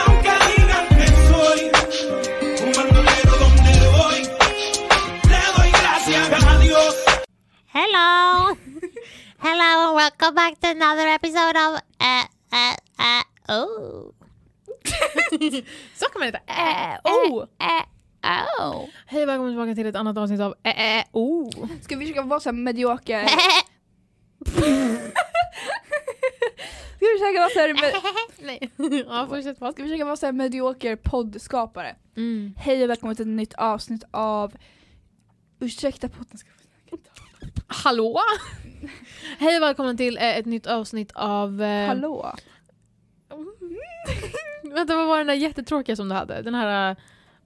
G: Aunque digan que soy un bandolero donde voy, le doy gracias a Dios.
F: Hello. Hello and welcome back to another episode of uh uh uh oh. Uh,
A: Så kan man heta.
B: Äh, oh!
F: Oh.
A: Hej och välkommen tillbaka till ett annat avsnitt av eh, Ä- Ä- O.
B: Ska vi försöka vara såhär medioker? Ska vi försöka vara såhär med-
A: Nej. ja, fortsätt. Vad
B: Ska vi försöka vara såhär medioker poddskapare?
A: Mm.
B: Hej och välkommen till ett nytt avsnitt av Ursäkta podden ska
A: Hallå? Hej och välkommen till eh, ett nytt avsnitt av... Eh,
B: Hallå?
A: Vänta, vad var den där jättetråkiga som du hade? Den här... eh,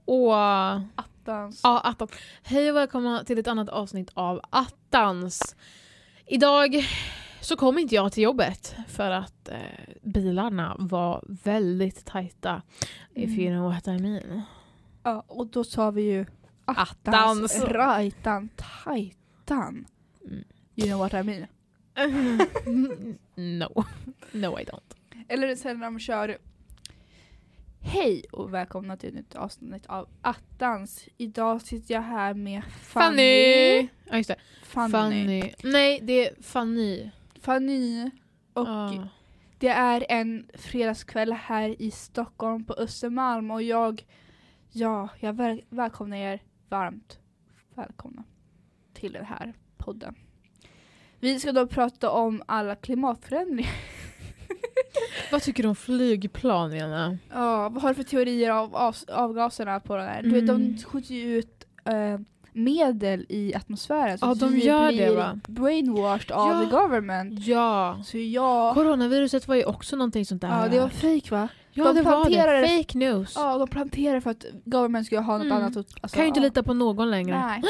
A: Åh...
B: Attans.
A: Ja, attan. Hej och välkomna till ett annat avsnitt av Attans. Idag så kom inte jag till jobbet för att eh, bilarna var väldigt tajta. If
B: Mm.
A: you know what I mean.
B: Ja, och då sa vi ju
A: Attans.
B: attans, rajtan, tajtan.
A: Mm.
B: You know what I mean.
A: no. No I don't.
B: Eller sen när de kör Hej och välkomna till ett nytt avsnitt av attans. Idag sitter jag här med Fanny.
A: Ja just det.
B: Fanny. Fanny.
A: Fanny. Nej det är Fanny.
B: Och
A: Ja.
B: det är en fredagskväll här i Stockholm på Östermalm och jag, ja, jag väl, välkomnar er varmt välkomna till den här podden. Vi ska då prata om alla klimatförändringar.
A: Vad tycker du om flygplan Lena?
B: Ja, vad har du för teorier av avs- avgaserna på det här? Du vet,
A: Mm.
B: de skjuter ju ut eh, medel i atmosfären så
A: Ja,
B: att
A: de
B: vi
A: gör
B: blir
A: det, va?
B: brainwashed av
A: Ja.
B: the government.
A: Ja.
B: Så ja,
A: Coronaviruset var ju också någonting sånt där.
B: ja det var fejk va?
A: ja,
B: de
A: det, var
B: planterade-
A: det. Fake news.
B: Ja, de planterar för att government skulle ha något
A: Mm.
B: annat. att- Alltså,
A: Kan ju inte
B: ja.
A: lita på någon längre.
B: Nej.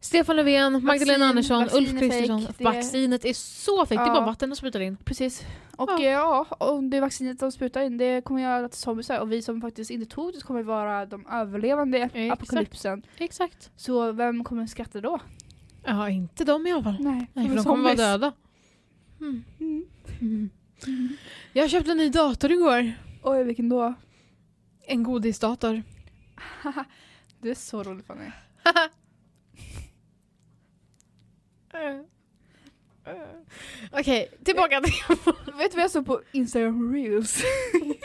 A: Stefan Löfven, Magdalena Andersson,
B: vaccin
A: Ulf
B: är
A: Kristersson.
B: fake, det-
A: Vaccinet är så fejk, det är
B: Ja.
A: bara vatten de sprutar in.
B: Precis. Och
A: Ja.
B: ja. ja, om det vaccinet de sprutar in det kommer göra att zombiesar och vi som faktiskt inte tog det kommer vara de överlevande i ap-
A: Exakt.
B: apokalypsen.
A: Exakt.
B: Så vem kommer skratta då?
A: Ja, inte de i alla fall.
B: Nej,
A: Nej, för de kommer vara döda. Mm.
B: Mm.
A: Mm. Jag köpte en ny dator igår.
B: Oj, vilken då?
A: En godisdator.
B: Du är så Eh, rolig Fanny.
A: Okej, tillbaka till...
B: Vet du vad jag såg på Instagram reels?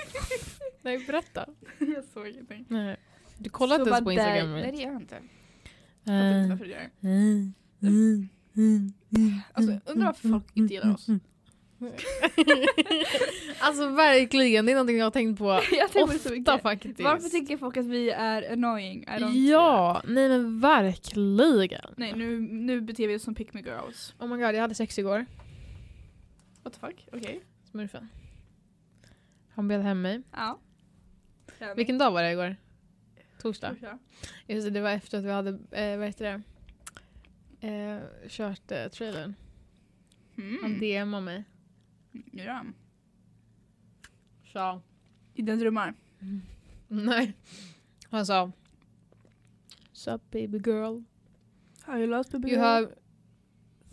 A: Nej, berätta.
B: jag såg ingenting.
A: Nej. Du kollar inte
B: Så
A: ens
B: bara
A: på
B: där-
A: Instagram?
B: Nej det
A: right?
B: gör jag inte. Jag fattar inte
A: Eh,
B: varför det gör jag.
A: mm, mm, mm, mm,
B: Alltså
A: mm,
B: undrar varför
A: mm,
B: folk inte gillar oss.
A: Alltså verkligen, det är någonting jag har tänkt på
B: jag tänker på det så
A: ofta
B: mycket.
A: faktiskt.
B: Varför tycker folk att vi är annoying? I don't care.
A: Ja, nej men verkligen.
B: Nej nu, nu beter vi oss som pick me girls.
A: Oh my god, jag hade sex igår.
B: What the fuck? Okej.
A: Smurfen. Han bjöd hem mig.
B: Ja. Träning.
A: Vilken dag var det igår? Torsdag.
B: Torsdag.
A: Just det, det var efter att vi hade, eh, vad heter det? Eh, kört eh, trailern. Han
B: Mm.
A: DMade mig.
B: Nu är han.
A: Så.
B: I den drömmar.
A: Mm. Nej. Han sa. Sup baby girl.
B: Har jag löst
A: You have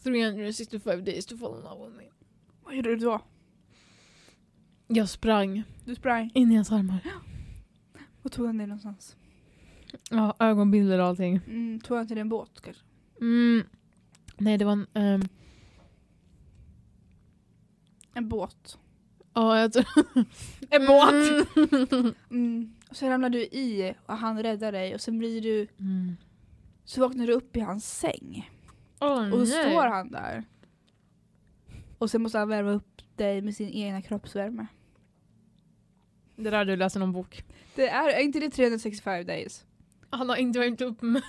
A: 365 days to fall in love with me.
B: Vad gjorde du då?
A: Jag sprang
B: Du sprang.
A: in i hans armar.
B: Var tog han dig någonstans?
A: Ja, ögonbilder och allting.
B: Mm, tog han till en båt kanske?
A: Mm. Nej, det var en... ehm,
B: En båt.
A: ja, jag tror...
B: En båt! Mm. Och sen ramlar du i och han räddar dig och sen blir du...
A: Mm.
B: Så vaknar du upp i hans säng.
A: Oh,
B: Och då
A: nej.
B: står han där. Och sen måste han värma upp dig med sin egna kroppsvärme.
A: Det där du läser någon bok.
B: Det är, är inte det 365 days?
A: Han har inte värmt upp mig.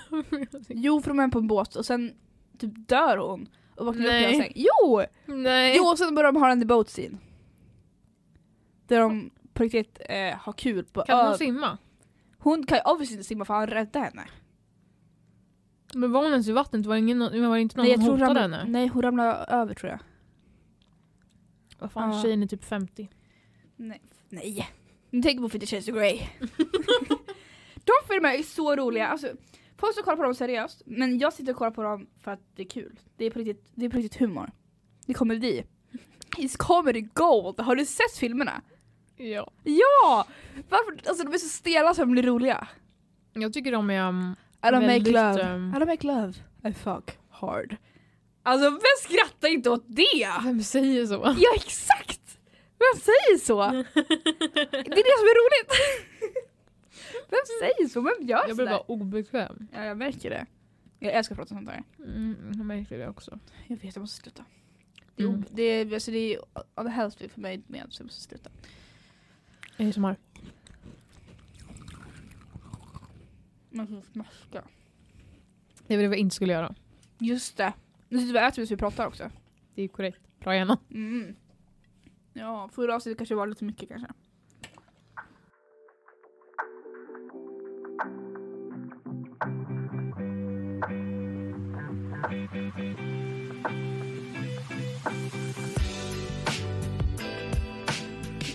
B: Jo, för de är på en båt och sen typ dör hon och vaknar upp i
A: Nej.
B: hans säng. Jo!
A: nej.
B: Jo, och sen börjar de ha en the boat scene. Där de på riktigt eh, har kul på
A: Kan
B: ö.
A: hon simma?
B: Hon kan ju obviously inte simma för han räddade henne.
A: Men var hon ens i vattnet? Var det, ingen, var det inte någon
B: jag
A: som
B: tror hon
A: hotade
B: ramlade-
A: henne?
B: Nej, hon ramlade över tror jag.
A: Vad fan,
B: Ja.
A: tjejen är typ 50.
B: Nej! Nu tänker på Fifty Shades of Grey. de filmerna är så roliga. Alltså, folk som kollar på dem seriöst, men jag sitter och kollar på dem för att det är kul. Det är på riktigt, det är på riktigt humor. Det är komedi. It's comedy gold! Har du sett filmerna?
A: Ja.
B: Ja! Varför? Alltså de är så stela så de blir roliga.
A: Jag tycker de är... Um,
B: I don't make
A: Väldigt,
B: love.
A: ehm,
B: I don't make love. I fuck hard. Alltså vem skrattar inte åt det?
A: vem säger så?
B: Ja exakt! Vem säger så? Det är det som är roligt. Vem säger så? Vem gör
A: Jag blir
B: sådär?
A: bara obekväm.
B: Ja jag märker det. Jag älskar att prata sånt där.
A: Mm, jag märker det också.
B: Jag vet, jag måste sluta. Det är,
A: Mm.
B: mm. det är, alltså, det är unhealthy för mig med så jag måste sluta.
A: ASMR.
B: Man får smaska.
A: Det var det vi inte skulle göra.
B: Just det. Nu sitter vi och äter medan vi pratar också.
A: Det är korrekt. Bra hjärna.
B: Mm. Ja, förra avsnittet kanske var lite mycket kanske.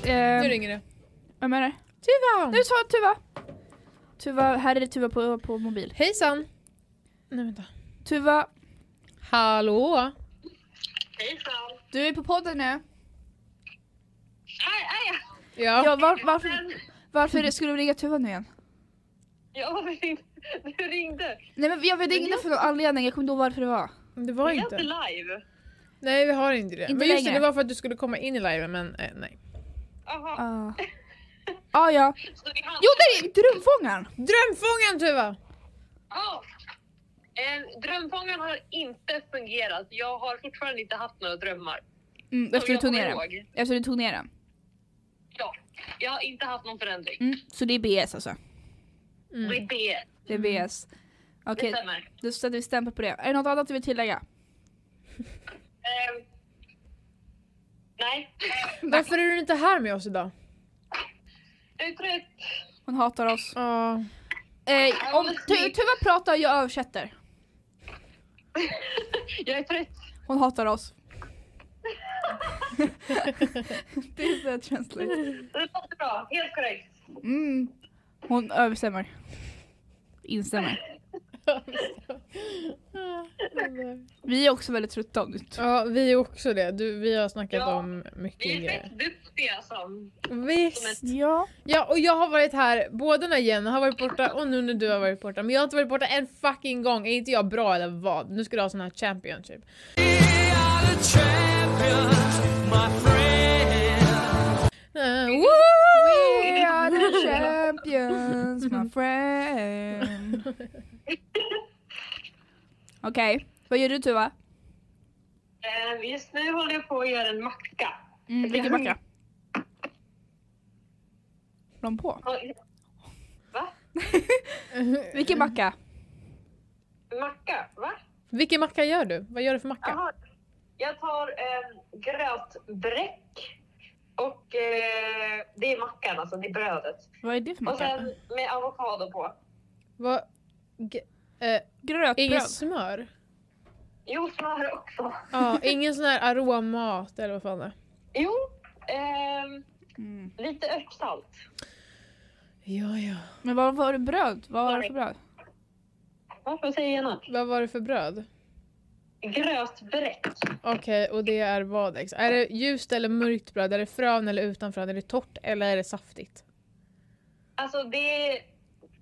B: Ehm,
A: ringer det.
B: vem är det?
A: Tyvärr.
B: Nu sa jag Tuva! Tuva, här är det Tuva på, på mobil.
A: Hejsan! Nej vänta.
B: Tuva,
A: Hallå!
D: Hejsan.
B: du är på podden nu.
D: Här är jag.
A: Ja.
B: Ja, var, varför, varför skulle du ringa Tuva nu igen?
D: Ja, men du ringde.
B: Nej men jag vet inte för någon anledning, jag kommer inte ihåg varför det var.
A: Det var
D: Vi är inte
A: inte.
D: live.
A: Nej vi har inte det.
B: Inte
A: men just det,
B: längre.
A: det var för att du skulle komma in i liven men eh, nej.
D: Jaha.
B: Ah. Ah, ja.
D: Så det är han.
B: Jo där är drömfångaren!
A: Drömfångaren Tuva!
D: Ja. Eh, drömfångaren har inte fungerat. Jag har fortfarande inte haft några drömmar.
B: Mm, efter,
D: Som
B: du
D: jag
B: tog ner
D: kommer
B: den.
D: ihåg.
B: efter du tog ner den.
D: Ja. Jag har inte haft någon förändring.
B: Mm, så det är BS alltså?
D: Det är det.
B: Det är BS.
D: Mm. Det
B: Mm. Okej,
D: stämmer.
B: då sätter vi stämpel på det. Är det något annat du vill tillägga?
D: Ehm, nej.
A: Varför är du inte här med oss idag?
D: Jag är trött.
B: Hon hatar oss.
A: Ja.
B: Eh, om Tu- Tuva pratar, jag översätter.
D: Jag är trött.
B: Hon hatar oss. det är så jag translate.
D: Det låter bra. Helt korrekt.
B: Mm. Hon överstämmer. Instämmer. Vi är också väldigt trötta om nytt.
A: Ja, vi är också det. Du, vi har snackat
D: Ja,
A: om mycket
D: Vi är
A: grejer.
D: fett duktiga alltså. som...
A: Visst!
B: Ja.
A: Ja, och jag har varit här både när Jenny har varit borta och nu när du har varit borta. Men jag har inte varit borta en fucking gång. Är inte jag bra eller vad? Nu ska du ha sån här championship. Eh, woo!
B: We are the champions my friend. Okej, vad gör du Tuva?
D: Eh, Just nu håller jag på att göra en macka.
B: Mm, vilken macka? Lång på.
D: Va?
B: Vilken macka?
D: Macka? Va?
A: Vilken macka gör du? Vad gör du för macka?
D: Jaha. Jag tar eh, grötbräck och eh, det är mackan, alltså det är brödet.
B: Vad är det för
D: Och sen med avokado på.
A: Vad... G- eh,
B: Grötbröd.
A: inget smör?
D: Jo, smör också.
A: Ja, ingen sån här aromat eller vad fan det är.
D: Jo, ehm,
B: Mm.
D: lite örtsalt.
A: Ja, ja.
B: Men vad var det bröd? Vad var det för bröd?
D: Varför säger jag något?
A: Vad var det för bröd?
D: Grötbräck.
A: Okej, och det är vad? ex- Är det ljust eller mörkt bröd? Är det frön eller utan frön? Är det torrt eller är det saftigt?
D: Alltså det är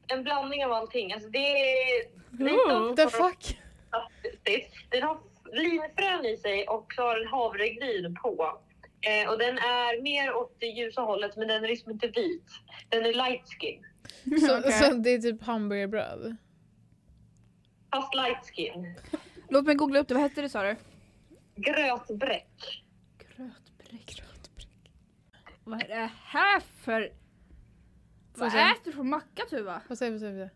D: en blandning av allting. Alltså det är
A: Mm. What the fuck?
D: fantastiskt. Den har linfrön i sig och så har den havregryn på. Eh, och den är mer åt det ljusa hållet men den är liksom inte vit. Den är light skin.
A: Så,
B: Okej.
A: så det är typ hamburgerbröd?
D: Fast light skin.
B: Låt mig googla upp det. Vad hette det sa du?
D: Grötbräck.
B: Grötbräck. Vad är det här för... Vad
A: se.
B: äter du för macka Tuva?
A: Vad säger vi? vad säger vi?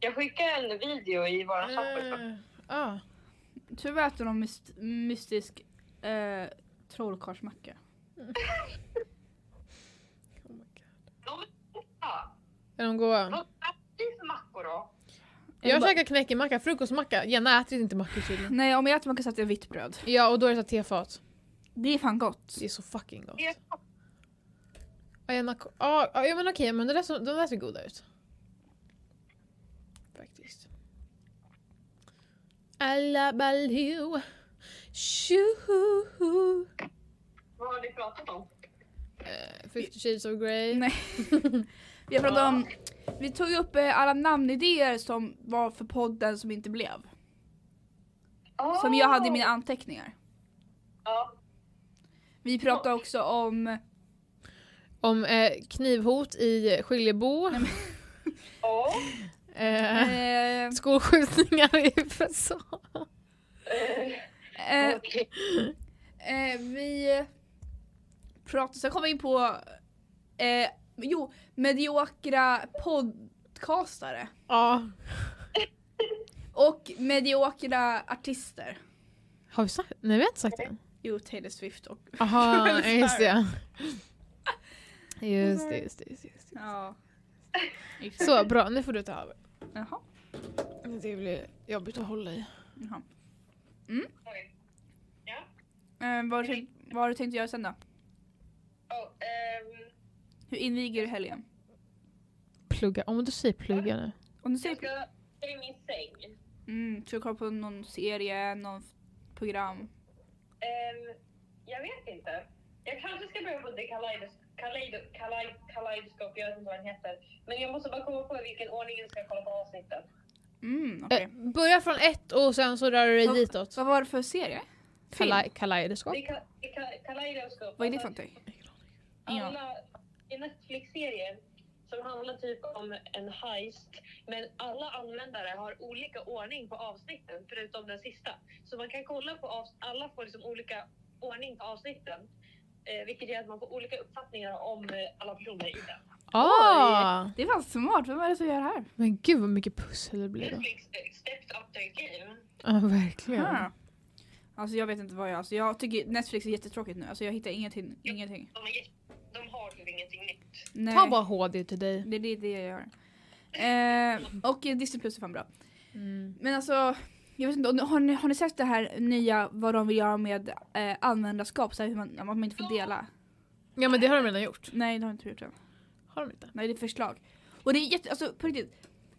D: Jag skickar en video i våra
B: Mm.
D: papper.
A: Eh, ah.
B: Tuva äter någon myst- mystisk eh, trollkarlsmacka.
A: Oh my God.
D: De är goda.
A: Är de goda?
D: Vad äter ni för mackor då?
A: Jag käkar knäckemacka, frukostmacka. Jenna äter inte mackor tydligen.
B: Nej om jag äter macka så äter jag vitt bröd.
A: Ja, och då är det så här tefat.
B: Det är fan gott.
A: Det är så fucking gott.
D: Det är gott.
A: Ja, Jenna, ko- ah, ah, ja men okej, men det där, så- de där ser goda ut. Faktiskt. Alla baloo. Tjoho.
D: Vad har ni pratat om?
A: Fifty shades of grey.
B: Nej. Vi har pratat om... Vi tog upp eh, alla namnidéer som var för podden som inte blev. Som jag hade i mina anteckningar.
D: Ja.
B: Vi pratade också om...
A: Om eh, knivhot i Skiljebo.
D: Ja.
A: Eh,
B: Eh,
A: skolskjutningar i USA.
B: eh,
D: Okej.
B: Eh, vi pratar, sen kom vi in på eh, jo, mediokra podcastare
A: Ja.
B: och mediokra artister.
A: Har vi sagt Nej vi har inte sagt det.
B: Jo, Taylor Swift och...
A: Aha,
B: Sorry.
A: just det. Just det, just det, just det, just det.
B: Ja.
A: Så bra, nu får du ta över.
B: Jaha.
A: Det blir jobbigt att hålla i.
B: Jaha. Eh, vad, har du tänkt- vad har du tänkt göra sen då?
D: Ja,
B: Typ.
D: ehm,
B: Hur inviger du helgen?
A: Plugga, om du säger plugga nu.
B: Om du
D: Jag
B: säger...
D: ska i min säng.
B: Mm, ska du kolla på någon serie, någon program?
D: Ehm, jag vet inte. Jag kanske ska börja på The Kaleidos, Kaleido, Kalei, Kaleidoskop, jag vet inte vad den heter. Men jag måste bara komma på i vilken ordning jag ska kolla på avsnitten.
B: Mm, okej.
A: Eh, börja från ett och sen så rör du dig
B: Vad-
A: ditåt.
B: Vad var det för serie? Film?
A: Kalai- Kaleidoskop.
D: The Ka- The Ka- Kaleidoskop.
B: Vad är det för någonting?
D: Alla i Netflix-serier som handlar typ om en heist. Men alla användare har olika ordning på avsnitten förutom den sista. Så man kan kolla på avs- alla får liksom olika ordning på avsnitten. Eh, vilket gör att man får olika uppfattningar om eh, alla personer i den.
A: Ah,
B: Det är fan smart, vem är det som gör det här?
A: men gud vad mycket pussel det blir då.
D: Netflix eh, stepped up their game.
A: Ja, verkligen.
B: Ah. Alltså jag vet inte vad jag, alltså jag tycker Netflix är jättetråkigt nu, alltså jag hittar ingenting. ingenting.
D: De, är, jätte- de har typ ingenting nytt.
B: Nej,
A: Ta bara HD till dig.
B: det, det är det jag gör. Eh, och eh, Disney Plus är fan bra.
A: Mm.
B: Men alltså, jag vet inte, och nu- har ni, har ni sett det här nya vad de vill göra med eh, användarskap? Så här, hur man, att man inte får dela?
A: Ja men det har de redan gjort.
B: Nej det har jag inte gjort än.
A: Har de inte?
B: Nej det är ett förslag. Och det är jätte, alltså på riktigt.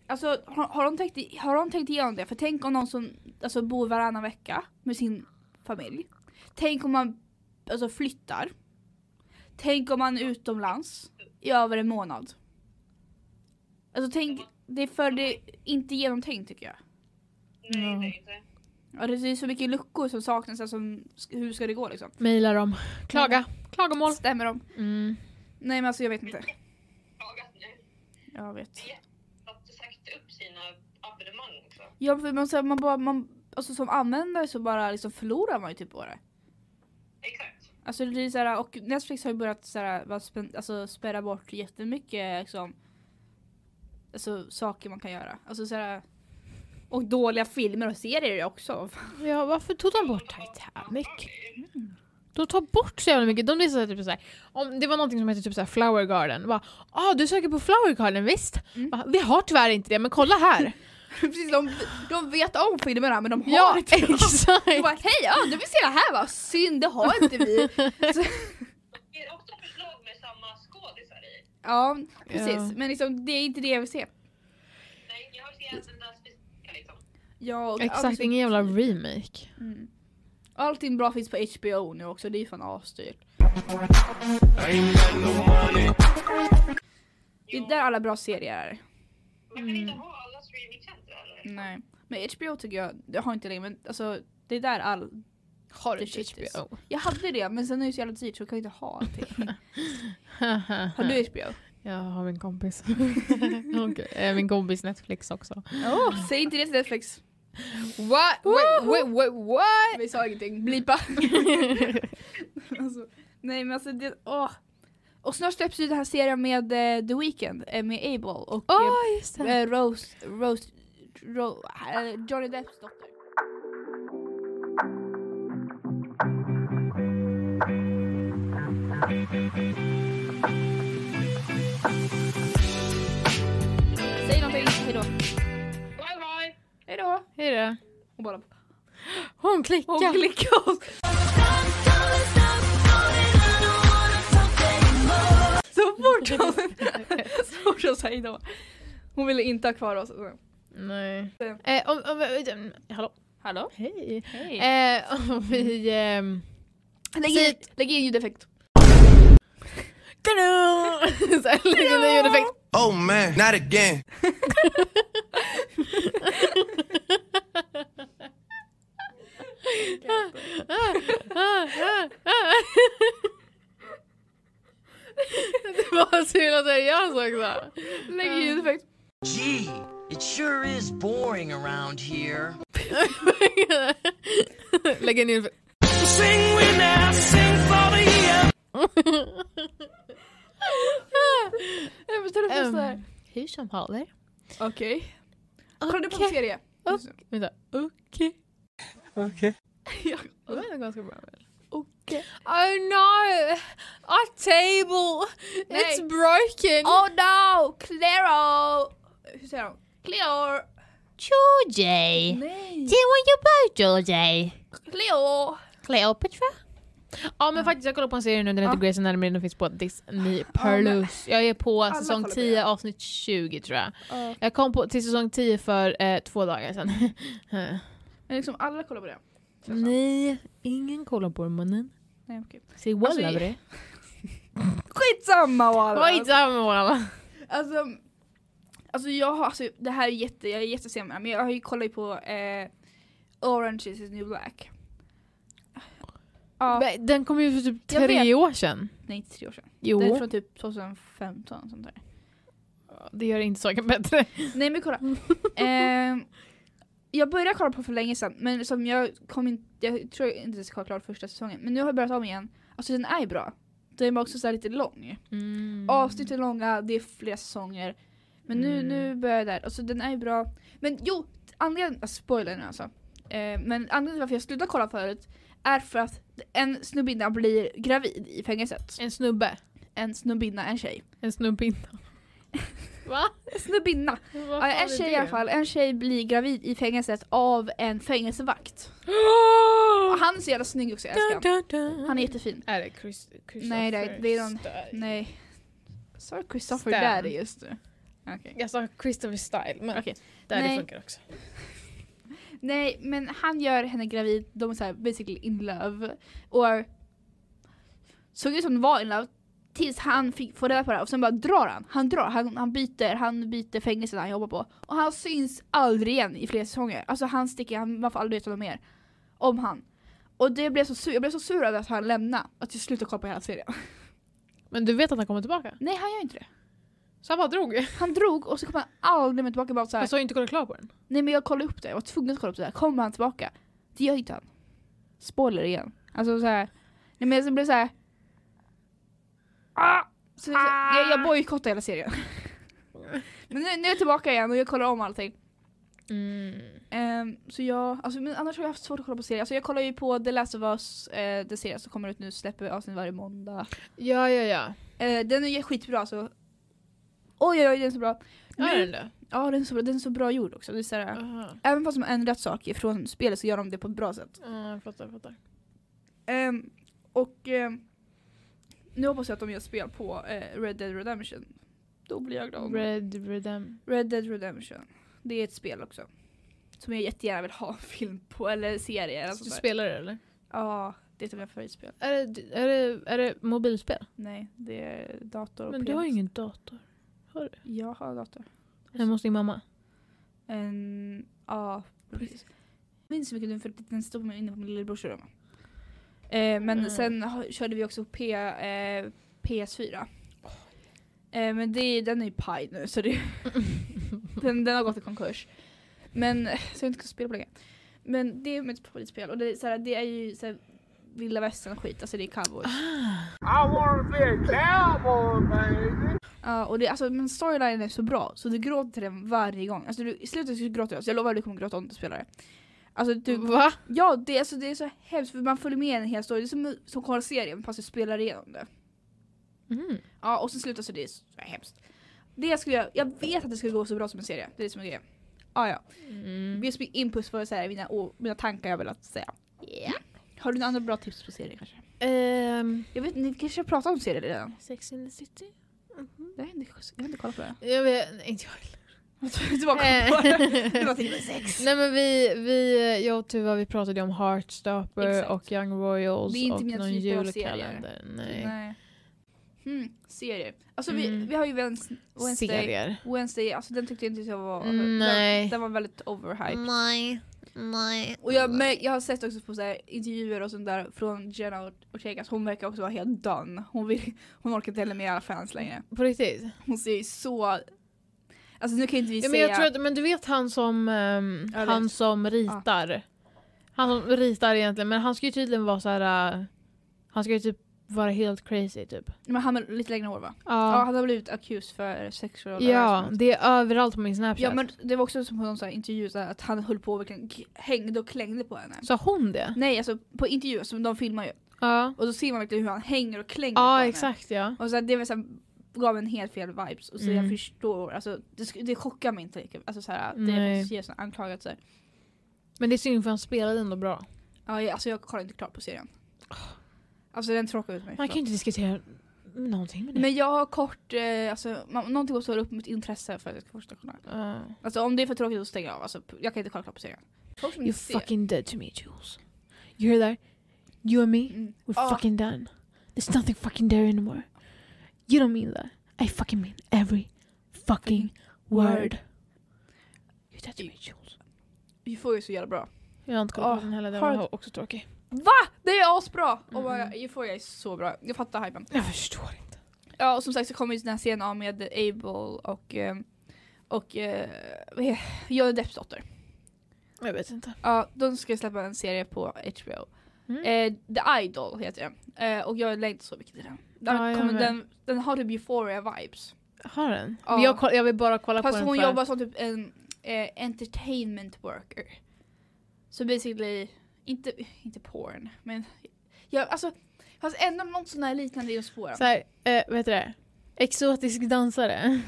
B: alltså, har, har, de tänkt, har de tänkt igenom det? För tänk om någon som alltså, bor varannan vecka med sin familj. Tänk om man alltså, flyttar. Tänk om man är utomlands i över en månad. Alltså tänk, det är för det är inte genomtänkt tycker jag.
D: Nej, det är inte.
B: Ja, det är så mycket luckor som saknas, alltså, hur ska det gå liksom?
A: Mejla dem. Klaga. Mm. Klagomål.
B: Stämmer de?
A: Mm.
B: Nej men alltså jag vet inte.
D: Klagat nu.
B: Jag vet.
D: De har sagt upp sina abonnemang också.
B: Ja för man, så här, man bara, man, alltså som användare så bara liksom förlorar man ju typ på det.
D: Exakt.
B: Alltså det är så här, och Netflix har ju börjat så här, bara spän, alltså, spärra bort jättemycket liksom, alltså, saker man kan göra. Alltså, så här, och dåliga filmer och serier också.
A: Ja, varför tog de bort Titanic? De tar bort så jävla mycket. De blir så här, typ så här, om det var någonting som hette typ så här Flower Garden. Bara, ah, du söker på Flower Garden, visst? Bara, Vi har tyvärr inte det, men kolla här.
B: Precis, de, de vet om filmerna men de har
A: ja,
B: inte dem. De
A: exakt.
B: bara, hej ja, du vill se det här va? Synd, det har inte vi. Så,
D: Ger också förslag med samma skådisar i.
B: ja, precis.
A: Ja.
B: Men liksom, det är inte det jag vill se.
D: Nej, jag har sett den där specifika liksom.
B: Ja, och
A: Exakt,
B: allting,
A: ingen jävla remake.
B: allting bra finns på HBO nu också, det är ju fan asdyrt. Det är där alla bra serier är.
D: Man
A: Mm.
D: kan inte ha alla streamingtjänster eller?
B: Nej. Men HBO tycker jag, jag har inte längre men alltså det är där all... typ
A: Har
B: du
A: du
B: inte
A: HBO?
B: Jag hade det men sen är det så jävla dyrt så jag kan inte ha allting. Har du HBO?
A: Jag har min kompis. Okej, eh, Min kompis Netflix också.
B: Oh, säg inte det till Netflix.
A: What? Wait, wait, wait, what?
B: Vi sa ingenting, blipa. alltså, nej men alltså det, åh. Och snart släpps ju den här serien med eh, The Weeknd, eh, med Abel och
A: Åh,
B: eh,
A: just det.
B: eh, Rose, Rose, Ro, eh, Johnny Depps dotter. Säg någonting, hejdå.
D: Bye bye!
B: Hejdå.
A: Hej då.
B: Och bara,
A: Hon klickar.
B: och klicka oss. Så fort hon, så fort hon sa hejdå. Hon ville inte ha kvar oss.
A: Nej. Eh, om, om, om, hallå?
B: Hallå?
A: Hej.
B: Hej.
A: Eh, om vi... ehm,
B: Lägg in, lägg in ljudeffekt.
A: Så här, lägger ni ljudeffekt.
G: Oh man, not again.
A: Det er var så himla seriöst också.
B: Lägg in ljudeffekt.
H: Gee, it sure is boring around here.
A: Lägger ni ljudeffekt.
G: Sing we now, sing for the year.
B: Jag förstår det först där.
A: Hur som haver.
B: Okej. Kollar du på en serie?
A: Okej. Vänta. Okej.
B: Ja.
A: Det var ganska bra.
B: Okej.
A: Oh no! Our table!
B: Nej.
A: It's broken!
B: Oh no! Claro! Hur säger hon? Cleo!
F: Georgie!
B: Nej!
F: Do you want your boat, Georgie?
B: Cleo!
F: Cleopatra?
A: Ja men faktiskt jag kollar på en serie nu, den heter
B: Mm. Ja.
A: Grey's Anatomy, den finns på Disney
B: men-
A: Plus. Jag är på
B: Alla
A: säsong
B: kollar på
A: 10
B: det.
A: avsnitt 20 tror jag.
B: Ja.
A: Jag kom på, till säsong 10 för eh, två dagar sedan.
B: Men liksom alla kollar på det. Så jag sa.
A: Nej, ingen kollar på den mannen.
B: Nej okej.
A: Säg
B: Alltså,
A: walla
B: jag-
A: bre.
B: Skitsamma walla!
A: Skitsamma walla.
B: Alltså, alltså jag har, alltså, det här är jätte, jag är jättesen men jag har ju kollat ju på eh, Orange is the new black. Ja,
A: Men Den kom ju för typ
B: Jag vet.
A: tre år sedan.
B: nej inte tre år sedan.
A: Jo,
B: Den är från typ 2015 sånt där.
A: det gör inte saken bättre.
B: Nej men kolla. eh, jag började kolla på för länge sedan men som jag kom in, jag tror inte jag ska klart första säsongen men nu har jag börjat om igen. Alltså den är bra. Den är också så här lite lång.
A: Mm.
B: Avsnitt är långa, det är flera säsonger. Men nu,
A: Mm.
B: nu börjar jag där. Alltså den är ju bra. Men jo, anledningen, alltså, spoiler nu alltså. Eh, men anledningen till varför jag slutade kolla förut är för att en snubbinna blir gravid i fängelset.
A: En snubbe.
B: En snubbinna, en tjej.
A: En snubbinna. Va?
B: Snubbinna!
A: Vad
B: Ja,
A: fan
B: en
A: är
B: tjej
A: det?
B: i alla fall. En tjej blir gravid i fängelset av en fängelsevakt. Och han är så jävla snygg också, jag älskar honom.
A: Dun, dun, dun.
B: Han är jättefin.
A: Är det Chris, Christopher
B: Nej, det är- det är någon-
A: Style?
B: Nej. Sa du Christopher
A: Stan.
B: Daddy just nu? Okej.
A: Jag sa Christopher Style, men
B: Okej.
A: där det
B: Nej.
A: funkar också.
B: Nej, men han gör henne gravid. De är så här basically in love. Och såg ut som de var in love tills han fick få reda på det här. och sen bara drar han. Han drar, han, han byter, han byter fängelse han jobbar på. Och han syns aldrig igen i flera säsonger. Alltså han sticker, han, man får aldrig veta något mer om han. Och det blev så sur, jag blev så sur över att han lämnade att jag slutade kolla på hela serien.
A: Men du vet att han kommer tillbaka?
B: Nej han gör inte det.
A: Så han bara drog.
B: Han drog och så kom han aldrig mer tillbaka. Bara så här,
A: Fast du har ju inte kollat klart på den.
B: Nej men jag kollade upp det, jag var tvungen att kolla upp det där. Kommer han tillbaka? Det gör inte han. Spoiler igen. Alltså så här. Nej men jag blev så här. Ah! Så, så, jag, jag bojkottade hela serien. men nu, nu är jag tillbaka igen och jag kollar om allting.
A: Mm.
B: Ehm, så jag, alltså, men annars har jag haft svårt att kolla på serier. Alltså jag kollar ju på The Last of Us, eh, den serien som kommer ut nu, släpper avsnitt varje måndag.
A: Ja, ja, ja.
B: Eh, den är ju skitbra alltså. Oj oj oj den är så bra.
A: Ja,
B: Nu-
A: är den det?
B: Ja den är så bra, den är så bra gjord också. Det är så här,
A: Aha.
B: Även fast de har ändrat saker från spelet så gör de det på ett bra sätt.
A: Ja, jag fattar, jag fattar.
B: Ehm, och ehm, nu hoppas jag att de gör spel på eh, Red Dead Redemption. Då blir jag glad. Red.
A: Red Redem.
B: Dead Redemption. Det är ett spel också. Som jag jättegärna vill ha film på, eller serie. Eller
A: Alltså, Du
B: sånt där.
A: spelar det eller?
B: Ja, det är typ mina favoritspel.
A: Är det, är det, är det mobilspel?
B: Nej, det är dator och
A: Men du har ju
B: PS.
A: ingen dator. Har du?
B: Jag har dator.
A: Hemma hos din mamma?
B: En, ja, precis. Jag minns hur mycket den för den stod med inne på min lillebrors rum. Eh, men
A: Mm.
B: sen har, körde vi också P, eh, PS4. Eh, men det, är- den är ju paj nu så det, den, den har gått i konkurs. Men eh, så jag inte ska spela på länge. Men det är mitt favoritspel och det är, såhär, det är ju såhär, vilda västern och skit, alltså det är cowboys.
A: Ah.
C: I want to be a cowboy, baby.
B: Ja, och det, alltså, men storylinen är så bra så du gråter till den varje gång. Alltså, du, I slutet så gråter jag, så jag lovar att du kommer gråta om du spelar det. Alltså, du,
A: Va?
B: Ja, det, alltså, det är så hemskt för man följer med en hel story. Det är som, som kollar serien fast du spelar igenom det.
A: Mm.
B: Ja, och sen slutar så det är så hemskt. Det skulle jag, jag vet att det skulle gå så bra som en serie. Det är det som är grejen. Ah, ja,
A: Mm.
B: just min input för så här, mina, å- mina tankar jag velat säga. Har du några andra bra tips på serier kanske?
A: Ehm,
B: Jag vet ni kanske har pratat om serier redan?
A: Sex in the city?
B: Jag har inte, jag har inte kollat på det.
A: Jag vet, nej, inte jag
B: Jag tror inte bara kolla på det. Du bara
A: heller.
B: tänkte sex.
A: Nej men vi, vi, jag och Tuva vi pratade ju om Heartstopper
B: Exakt.
A: och Young Royals
B: Det är inte
A: och
B: mina
A: någon
B: typer av serier.
A: julkalender. Nej.
B: Nej. Mm, serier. Alltså vi,
A: Mm.
B: vi har ju Wednes- Wednesday.
A: Serier.
B: Wednesday, alltså den tyckte jag inte så var...
A: Mm,
B: Den,
A: nej.
B: den var väldigt overhyped.
F: Nej. Nej.
B: Och jag, mär- jag har sett också på så här intervjuer och sånt där från Jenna Ortegas, hon verkar också vara helt done. Hon, vill, hon orkar inte heller med alla fans längre.
A: På riktigt?
B: Hon ser ju så... Alltså nu kan ju inte vi
A: Ja, men,
B: säga...
A: jag tror att, men du vet han som, ehm,
B: Jag vet.
A: han som ritar? Han som ritar egentligen, men han ska ju tydligen vara så här. eh, han ska ju typ vara helt crazy typ.
B: Men han har lite längre hår va? Ja,
A: Ja,
B: han har blivit accused för sexual
A: ja
B: harassment.
A: det är överallt på min snapchat.
B: ja men det var också som på någon så här intervju så här, att han höll på och verkligen k- hängde och klängde på henne.
A: Sa hon det?
B: Nej alltså på intervjuer som de filmar ju
A: Ja,
B: och då ser man verkligen hur han hänger och klänger på
A: ja
B: henne.
A: exakt ja.
B: Och så här, det var så här, gav en helt fel vibes och så jag
A: Mm.
B: förstår, alltså, det, sk- det chockar mig inte lika alltså, så här, det
A: Nej.
B: är faktiskt som anklagat så här.
A: Men det är synd för han spelade ändå bra.
B: Ja, jag, alltså jag kollar inte klart på serien. Alltså den tråkar ut mig.
A: Man kan ju
B: förlåt.
A: inte diskutera någonting med det.
B: Men jag har kort, eh, alltså man, någonting måste hålla upp mitt intresse för att jag ska fortsätta kolla.
A: Ja.
B: Alltså om det är för tråkigt att stänga av, alltså, p- jag kan inte kolla klart på serien. Folk som
A: You're
B: inte ser-
A: fucking dead to me, Jules. You hear that? You and me,
B: Mm.
A: we're
B: Ah.
A: fucking done. There's nothing fucking there anymore. You don't mean that. I fucking mean every fucking word. You're dead to me, Jules.
B: Euphoria är så jävla bra.
A: Jag har inte kollat
B: Ah,
A: på den heller, den
B: har
A: var också tråkig.
B: Det är asbra! Oh my
A: Mm.
B: god, Euphoria är så bra. Jag fattar hypen.
A: Jag förstår inte.
B: Ja och som sagt så kommer ju den här scenen av med Abel och, eh, och eh, vad heter- Johnny Depps dotter.
A: Jag vet inte.
B: Ja, de ska släppa en serie på HBO.
A: Mm.
B: Eh, The Idol heter den. Eh, och jag längtar så mycket till den. Den,
A: Ja, jag
B: kommer,
A: med.
B: den, den har typ euphoria-vibes.
A: Har den?
B: Ja.
A: Men Jag, koll- jag vill bara kolla på
B: Fast
A: den
B: hon
A: för...
B: jobbar som typ en eh, entertainment worker. Så basically, inte, inte porn, men ja, alltså, fast ändå något sånt här liknande i spåren.
A: Så här, eh, vad heter det? Exotisk dansare.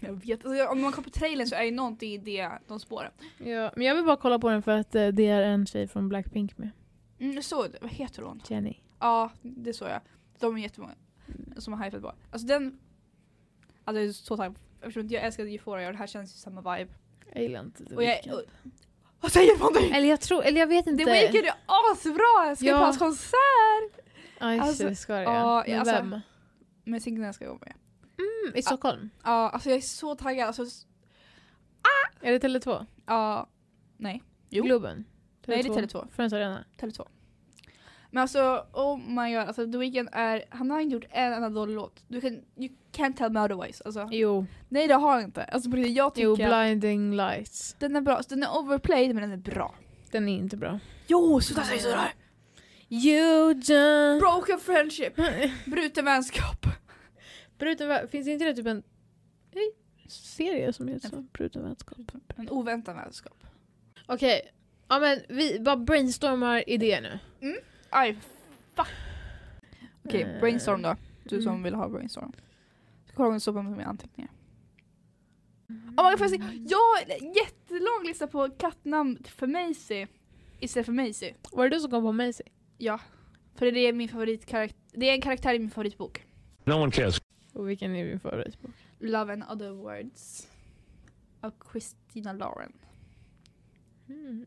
B: Jag vet, alltså, om man kollar på trailern så är ju någonting i det, de spåren.
A: ja, men jag vill bara kolla på den för att eh, det är en tjej från Blackpink med.
B: Mm, så, vad heter hon?
A: Jenny.
B: Ja, det såg jag. De är jättemånga som har hypat på. Alltså den... Alltså jag är så taggad eftersom jag älskade Euphoria och det här känns ju samma vibe.
A: Jag gillar inte The
B: Och jag,
A: Weeknd.
B: och, vad säger man dig?
A: Eller jag tror, eller jag vet inte.
B: The Weeknd är asbra! Jag ska
A: Ja.
B: på hans konsert!
A: Aj,
B: Alltså,
A: det ska det.
B: ja,
A: Med
B: alltså-
A: vem?
B: Med singeln jag ska gå med.
A: Mm, I Stockholm?
B: Ja, alltså jag är så taggad. Alltså, s-
A: Är det Tele2?
B: ja, nej. Jo.
A: Globen?
B: Nej, det är Tele2.
A: Friends Arena?
B: Tele2. Men alltså, oh my god. Alltså The Weeknd är, han har inte gjort en enda dålig låt. Du kan, you can't tell me otherwise. Alltså,
A: Jo,
B: nej det har han inte. Alltså på riktigt, jag tycker
A: jo
B: att
A: Blinding Lights.
B: den är bra. Alltså, den är overplayed men den är bra.
A: Den är inte bra.
B: Jo, sluta säga sådär!
A: You just...
B: Broken friendship, bruten vänskap.
A: Bruten vä- finns inte det typ en Nej, serie som heter så? Bruten vänskap?
B: En oväntad vänskap.
A: Okej, ja men vi bara brainstormar idéer nu.
B: Aj, fuck. Okej,
A: Eh,
B: brainstorm då. Du som
A: mm.
B: vill ha brainstorm. Så kollar hon sopa med mina anteckningar. Oh my God, får jag, se? jag har en jättelång lista på kattnamn för Maisie. Istället för Maisie.
A: Var det du som kom på Maisie?
B: Ja. För det är min favoritkaraktär. Det är en karaktär i min favoritbok.
I: No one cares.
A: Och vilken är din favoritbok?
B: Love and other words. Av Christina Lauren.
A: Mm.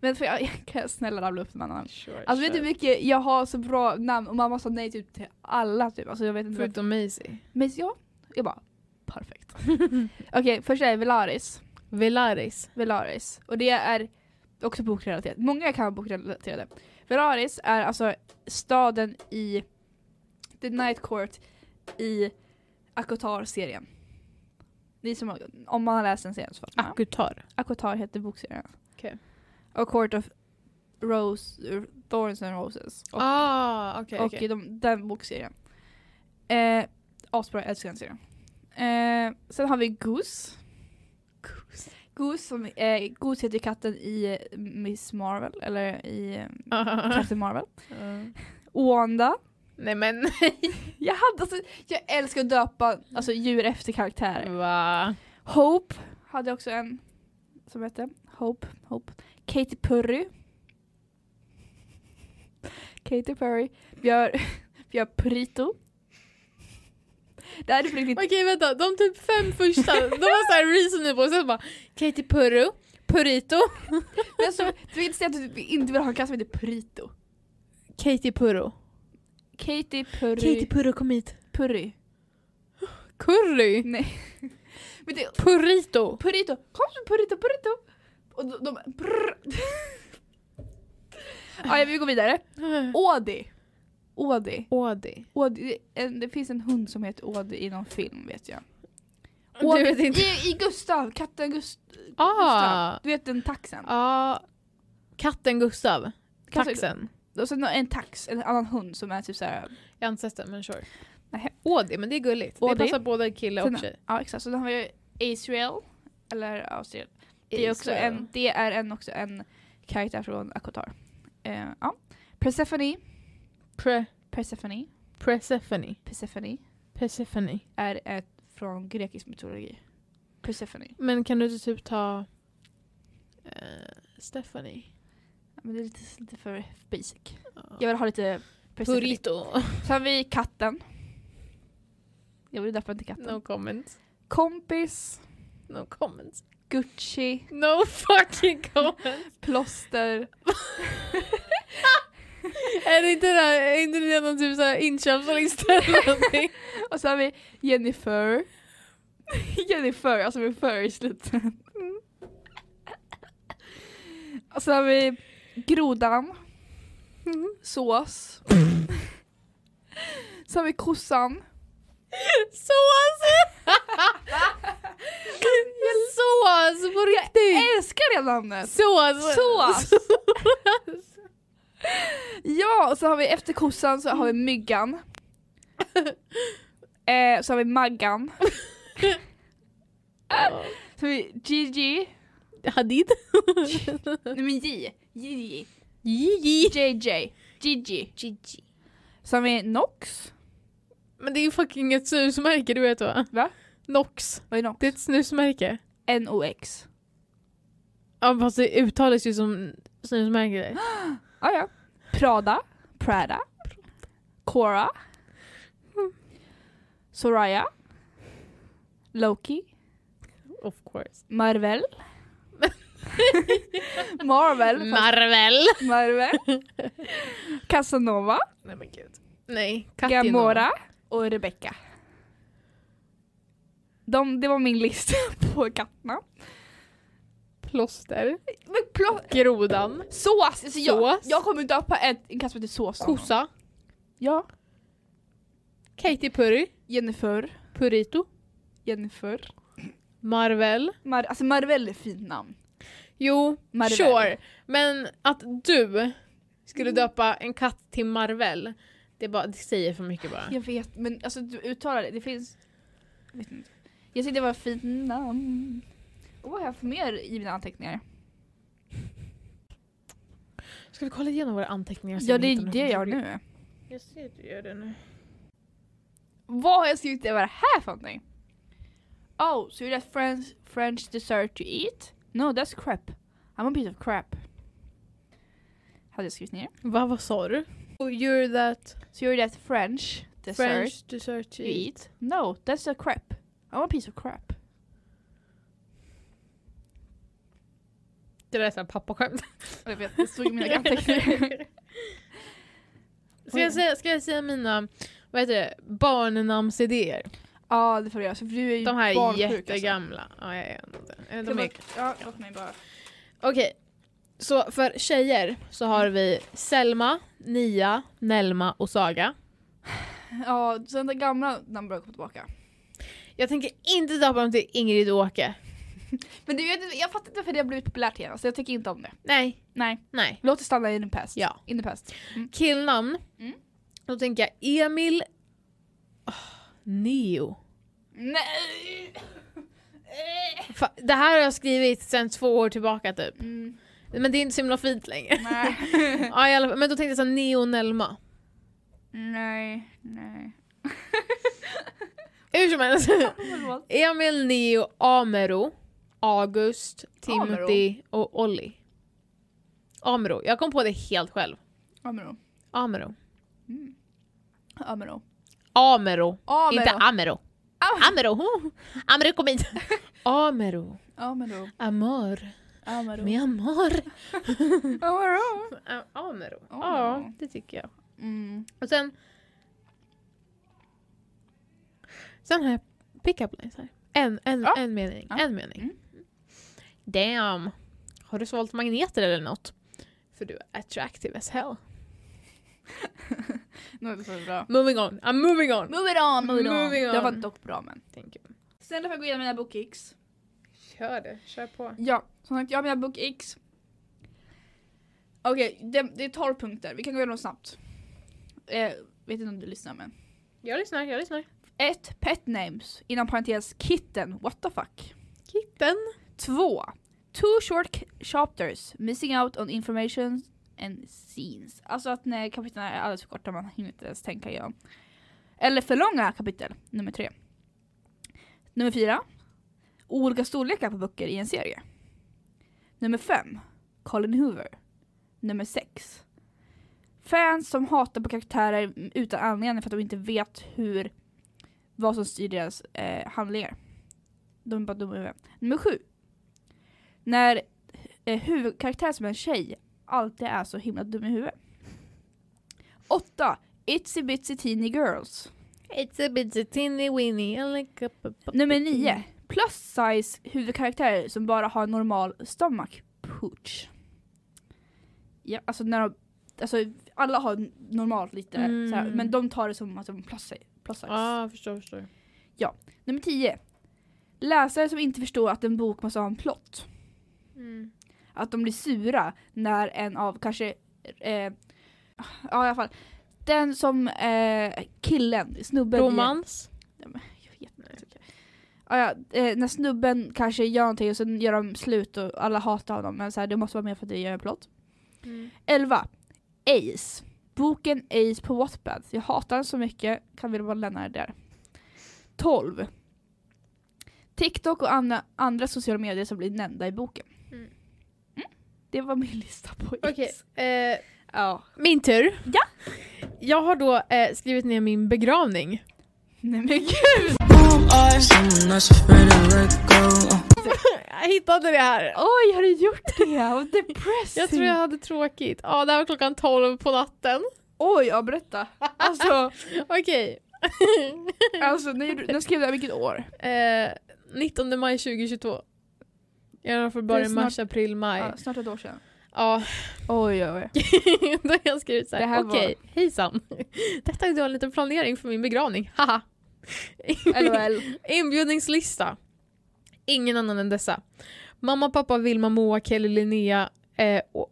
B: Men för jag, kan jag snälla rabbla upp de andra namnen?
A: Sure,
B: Alltså vet du hur mycket jag har så bra namn och mamma sa nej typ till alla typ. Alltså jag vet inte.
A: Förutom Maisie.
B: Men ja, jag bara perfekt. Okej, först är det Velaris.
A: Velaris.
B: Velaris. Och det är också bokrelaterat. Många kan vara bokrelaterade. Velaris är alltså staden i The Night Court i Akotar-serien. Ni som, om man har läst den serien så
A: Ah,
B: fattar man.
A: Akutar.
B: Akotar heter bokserien.
A: Okej.
B: Och Court of Rose, Thorns and Roses. Och,
A: Ah, okej.
B: och i de, den bokserien. Eh, Asbra, jag älskar den serien. Eh, sen har vi Goose. Goose. Goose, som, eh, Goose heter katten i eh, Miss Marvel, eller i eh,
A: Ah.
B: Captain Marvel. Wanda.
A: Nej men
B: Jag, hade, alltså, jag älskar att döpa
A: Mm.
B: alltså, djur efter karaktärer.
A: va?
B: Hope hade också en som hette Hope. Hope. Katy Perry. Katy Perry. Vi har, vi har Purito. Det här är på riktigt.
A: Okej vänta, de typ fem första, de var såhär reasonable och sen bara Katy Purru, Purito,
B: Men alltså, du vill inte säga att du inte vill ha en katt som heter Purito.
A: Katy Purro.
B: Katy Perry.
A: Katy Purro kom hit.
B: Perry.
A: Curry,
B: Nej. Men det,
A: Purito.
B: Purito. Kom Purito, Purito. Och de... de prr. ah, ja, vi går vidare.
A: Mm.
B: Ådi. Ådi.
A: Ådi.
B: Audrey, en, det finns en hund som heter Audrey i någon film vet jag.
A: Du vet
B: Audrey-
A: inte.
B: I, i Gustav, katten Gust
A: Ah,
B: Gustav. Du vet den taxen.
A: ah, katten Gustav.
B: Katten-
A: Taxen.
B: Och sen en tax, en annan hund som är typ såhär.
A: Jag har inte sett den men sure.
B: Nähä.
A: Ådi, men det är gulligt.
B: Ådi.
A: Det passar både kille och
B: Sen-
A: tjej.
B: Ja exakt, så den har vi Israel. Eller Australien. Det är, också
A: Israel.
B: en, det är en, också en karaktär från Akotar. Eh, ja. Persephone,
A: Pre,
B: Persephone,
A: Persephone.
B: Persephone
A: Persephone.
B: är ett från grekisk mytologi. Persephone.
A: Men kan du inte typ ta eh, Stephanie?
B: Men det är lite, lite för basic. Jag vill ha lite Persephone.
A: Burrito.
B: Sen har vi katten. Jag vill döpa den till katten.
A: No comments.
B: Kompis,
A: No comments.
B: Gucci,
A: No fucking comments.
B: plåster.
A: är det inte det, här, är inte det någon typ såhär inköpslista eller någonting?
B: Och så har vi Jennifer. Jennifer, alltså med för i slutet. Och så har vi grodan. Sås. så har vi kossan.
A: Sås! Sås alltså, på riktigt! alltså.
B: Jag älskar det namnet!
A: Sås!
B: Sås. Ja, och så har vi efter kossan så har vi myggan. eh, så har vi Maggan. så har vi Gigi.
A: Hadid.
B: Nej men J. Gigi.
A: Jiji.
B: JJ. Gigi. Gigi. Så har vi Nox.
A: Men det är ju fucking ett snusmärke du vet va?
B: Va?
A: Nox.
B: Vad är Nox?
A: Det är ett snusmärke.
B: N-O-X.
A: Ja fast det uttalas ju som snusmärke där.
B: Ah, ja. Prada. Prada. Cora. Soraya. Loki,
A: Of course.
B: Marvel. Marvel, fast
A: Marvel!
B: Marvel. Casanova,
A: Nej men gud. Nej, Katja
B: Gamora och Rebecca. De, det var min lista på kattnamn.
A: Plåster.
B: Men plå-
A: Grodan.
B: sås! Alltså jag,
A: Sås.
B: jag kommer döpa en, en katt som heter Sås.
A: Kossa.
B: Ja.
A: Katy Perry.
B: Jennifer.
A: Purito.
B: Jennifer.
A: Marvel.
B: Mar- alltså Marvel är ett fint namn.
A: Jo,
B: Marvel. Mm.
A: sure. Men att du skulle döpa en katt till Marvel, det, är bara, det säger för mycket bara.
B: Jag vet, men alltså du uttalar det. Det finns... Jag vet inte. Jag tyckte det var ett fint namn. Och vad har jag för mer i mina anteckningar?
A: Ska vi kolla igenom våra anteckningar?
B: Ja, det är det jag gör nu.
A: Jag ser att du gör det nu.
B: Vad har jag skrivit det var det här för någonting? Oh, so you that French, French dessert to eat? No, that's crap. I'm a piece of crap. Hade jag skrivit ner.
A: Va, vad sa du? Oh, you're that
B: So you're that French dessert
A: French dessert to
B: to
A: eat.
B: eat? No, that's a crap. I'm a piece of crap.
A: Det där är såhär pappaskämt.
B: Jag vet, det stod i mina anteckningar.
A: Ska jag, säga, ska jag säga mina vad heter det, barnnamnsidéer?
B: Ja, det får du göra. Så för du är ju
A: De här är
B: barnsjuk, Alltså.
A: jättegamla. Ja, jag är ändå det. Eller
B: Kan
A: De är
B: man- Ja, låt mig bara.
A: Okej. Så för tjejer så har vi Selma, Nia, Nelma och Saga.
B: Ja, sen den gamla namn börjar komma tillbaka.
A: Jag tänker inte döpa dem till Ingrid och Åke.
B: Men du, jag, jag fattar inte varför det har blivit populärt igen. Alltså, jag tycker inte om det.
A: Nej,
B: Nej,
A: nej.
B: låt det stanna in the past.
A: Ja.
B: In the past.
A: Killnamn.
B: Mm.
A: Då tänker jag Emil... Åh, Neo.
B: Nej!
A: Fa- det här har jag skrivit sedan två år tillbaka typ.
B: Mm,
A: Men det är inte så himla fint längre.
B: nej.
A: ja, i alla fall. Men då tänkte jag så här, Neo och Nelma.
B: nej, nej.
A: Hur som helst.
B: Förlåt.
A: Emil, Neo, Amero, August, Timothy och Olli. Amero. Jag kom på det helt själv.
B: Amero.
A: Amero.
B: Amero.
A: Amero.
B: Amero.
A: Inte Amero. Amero. Amero kom hit. Amero.
B: Amero.
A: Amor.
B: Amero.
A: Med amor.
B: Amero.
A: Ä- Amero. Ja,
B: Amero.
A: det tycker jag.
B: Mm.
A: Och sen... Sen har jag pick-up lines här. En, en,
B: Ja.
A: en mening.
B: Ja.
A: En mening.
B: Mm.
A: Damn. Har du svalt magneter eller något? För du är attractive as hell.
B: Nu är det så bra.
A: Moving on. I'm moving on.
B: Moving on, moving on.
A: Moving
B: Det var
A: on.
B: dock bra men.
A: Thank you.
B: Snälla får jag gå igenom mina bookix?
A: Kör det. Kör på.
B: Ja, som sagt jag har mina bookix. Okej, det, det är 12 punkter. Vi kan gå igenom snabbt. Eh, vet inte om du lyssnar men.
A: Jag lyssnar, jag lyssnar.
B: 1. Pet names. Inom parentes kitten. What the fuck.
A: Kitten.
B: 2. Two short c- chapters, missing out on information and scenes. Alltså att när kapitlen är alldeles för korta, man hinner inte ens tänka igenom. Eller för långa kapitel, nummer 3. Nummer 4. Olika storlekar på böcker i en serie. Nummer 5. Colin Hoover. Nummer 6. Fans som hatar på karaktärer utan anledning för att de inte vet hur vad som styr deras eh, handlingar. De är bara dumma i huvudet. Nummer 7 när eh, huvudkaraktären som är en tjej alltid är så himla dum i huvudet. 8. Itsy bitsy teeny girls.
A: It's a bit tinny winny. I like a
B: Nummer 9. Plus size huvudkaraktärer som bara har normal stomach. Pooch. Ja, alltså när de, alltså alla har normalt lite
A: Mm.
B: såhär, men de tar det som att de är plus size. Plus size.
A: Ah, förstår, förstår.
B: Nummer 10. Läsare som inte förstår att en bok måste ha en plott.
A: Mm.
B: att de blir sura när en av kanske, eh, ja i alla fall, den som eh, killen, snubben i-
A: Romans.
B: Jag vet inte, tycker jag. Ja, ja, eh, när snubben kanske gör någonting och sen gör de slut och alla hatar honom men så här, det måste vara med för att det gör en plott.
A: Mm.
B: 11. Ace. Boken Ace på Wattpad. Jag hatar den så mycket, kan väl bara lämna det där. 12. TikTok och andra, andra sociala medier som blir nämnda i boken.
A: Mm.
B: Mm. Det var min lista på Ace.
A: Okej. eh,
B: Ja.
A: Min tur.
B: Ja.
A: Jag har då eh, skrivit ner min begravning.
B: Nej men gud!
G: you are someone that's afraid to let go. Uh.
A: Jag hittade det här.
B: Oj, har du gjort det? Vad depressing.
A: Jag tror jag hade tråkigt. Ja, det här var klockan 12 på natten.
B: Oj, ja berätta. Alltså,
A: Okej.
B: alltså när, gjorde- när skrev du det här? Vilket år?
A: eh, 19 maj 2022. Januari,
B: Det
A: februari,
B: är snart-
A: mars, april, maj.
B: Ja, snart ett år sedan.
A: Ja,
B: Oj, oj, oj.
A: då har jag skrivit så
B: Det
A: här.
B: här
A: Okej, hejsan. Detta är då en liten planering för min begravning. Haha.
B: LOL.
A: Inbjudningslista. Ingen annan än dessa. Mamma, pappa, Vilma, Moa, Kelly, Linnea, eh, Å-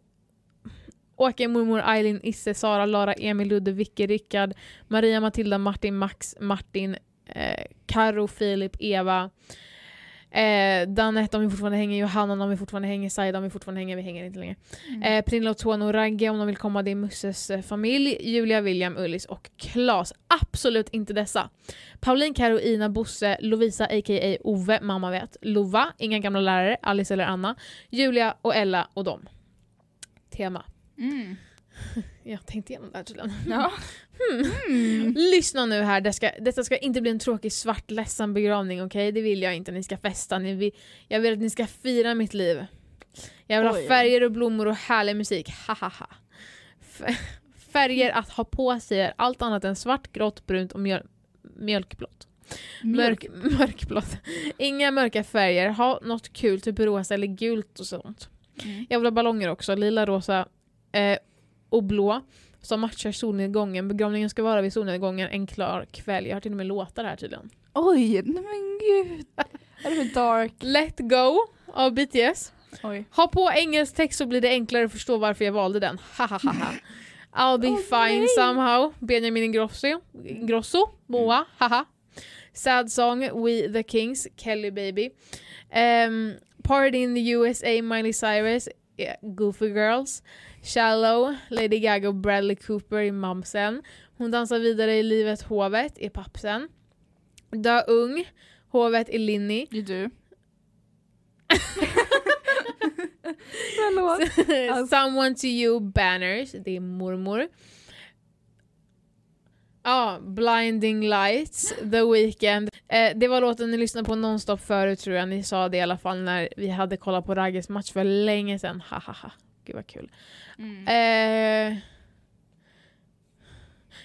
A: Åke, mormor, Eileen, Isse, Sara, Lara, Emil, Ludde, Vicke, Rickard, Maria, Matilda, Martin, Max, Martin, eh, Karo, Filip, Eva, eh, Danette om vi fortfarande hänger, Johanna om vi fortfarande hänger, Saida om vi fortfarande hänger, vi hänger inte längre. Eh, Pernilla och Tone och Ragge om de vill komma, det är Musses eh, familj, Julia, William, Ullis och Klas. Absolut inte dessa. Pauline, Karo, Ina, Bosse, Lovisa a.k.a. Ove, mamma vet, Lova, inga gamla lärare, Alice eller Anna, Julia och Ella och dem. Tema.
B: Mm.
A: Jag tänkte igenom det här tydligen.
B: Ja.
A: Lyssna nu här, det ska, detta ska inte bli en tråkig svart ledsen begravning, okej? Det vill jag inte, ni ska festa, ni vill, jag vill att ni ska fira mitt liv. Jag vill
B: Oj.
A: ha färger och blommor och härlig musik, hahaha. F- Färger att ha på sig är allt annat än svart, grått, brunt och mjöl- mjölkblått. Mörk, mörkblått. Inga mörka färger. Ha något kul, typ rosa eller gult och sånt.
B: Mm.
A: Jag vill ha ballonger också. Lila, rosa eh, och blå. Som matchar solnedgången. Begravningen ska vara vid solnedgången en klar kväll. Jag har till och med låtar här tydligen.
B: Oj, nej men gud. Är det för dark?
A: Let go av BTS.
B: Oj.
A: Ha på engelsk text så blir det enklare att förstå varför jag valde den. Hahaha. I'll be
B: Åh,
A: fine
B: nej.
A: somehow. Benjamin Ingrosso. Grosso.
B: Mm.
A: Moa. Haha. Sad song. We the Kings. Kelly baby. Um, Party in the USA. Miley Cyrus. eh, Goofy Girls. Shallow. Lady Gaga och Bradley Cooper i Mamsen. Hon dansar vidare i Livet Hovet i Pappsen. Dö ung. Hovet i Linni.
B: Det är du. Förlåt. Alltså-
A: Someone to you banners, det är mormor. Ja, Ah, Blinding Lights, The Weeknd. Eh, det var låten ni lyssnade på nonstop förut tror jag, ni sa det i alla fall när vi hade kollat på Ragges match för länge sedan. Hahaha, gud vad kul.
B: Mm.
A: Eh,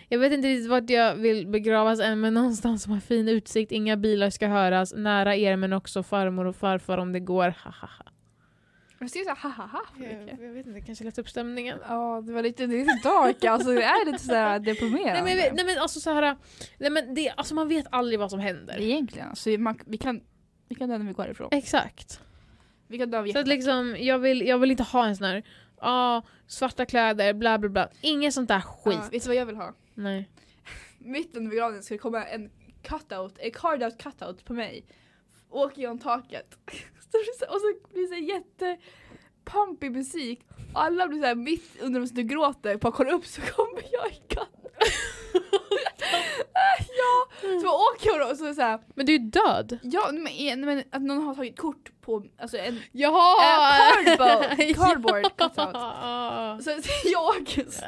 A: jag vet inte riktigt vart jag vill begravas än men någonstans som har fin utsikt, inga bilar ska höras, nära er men också farmor och farfar om det går. Hahaha.
B: Jag ser så här, ha ha ha för mycket.
A: Jag, jag vet inte, kanske lätt upp stämningen.
B: Ja, det var lite, det är lite dark alltså. Det är lite sådär deprimerande.
A: Nej men, vi- nej men alltså så här, nej men det, alltså man vet aldrig vad som händer.
B: Egentligen, alltså, man, vi kan vi kan dö när vi går härifrån.
A: Exakt.
B: Vi kan dö av
A: Eh, Så att
B: hjärtat.
A: liksom, jag vill, jag vill inte ha en sån här, ah, svarta kläder, bla bla bla. Inget sånt där skit.
B: Ja, vet du vad jag vill ha?
A: Nej.
B: Mitt under begravningen ska det komma en cutout, en card out cutout på mig. Åker genom taket. Så blir det så- Och så blir det så jättepampig musik. Och alla blir såhär mitt under de sitter och gråter, bara kollar upp så kommer jag ikapp. ja, så bara åker jag och så är det så här,
A: Men du är ju död.
B: ja men, nej, men att någon har tagit kort på, alltså en
A: Jaha!
B: Eh, cardboard, cardboard cutout.
A: ja.
B: Så så jag åker så.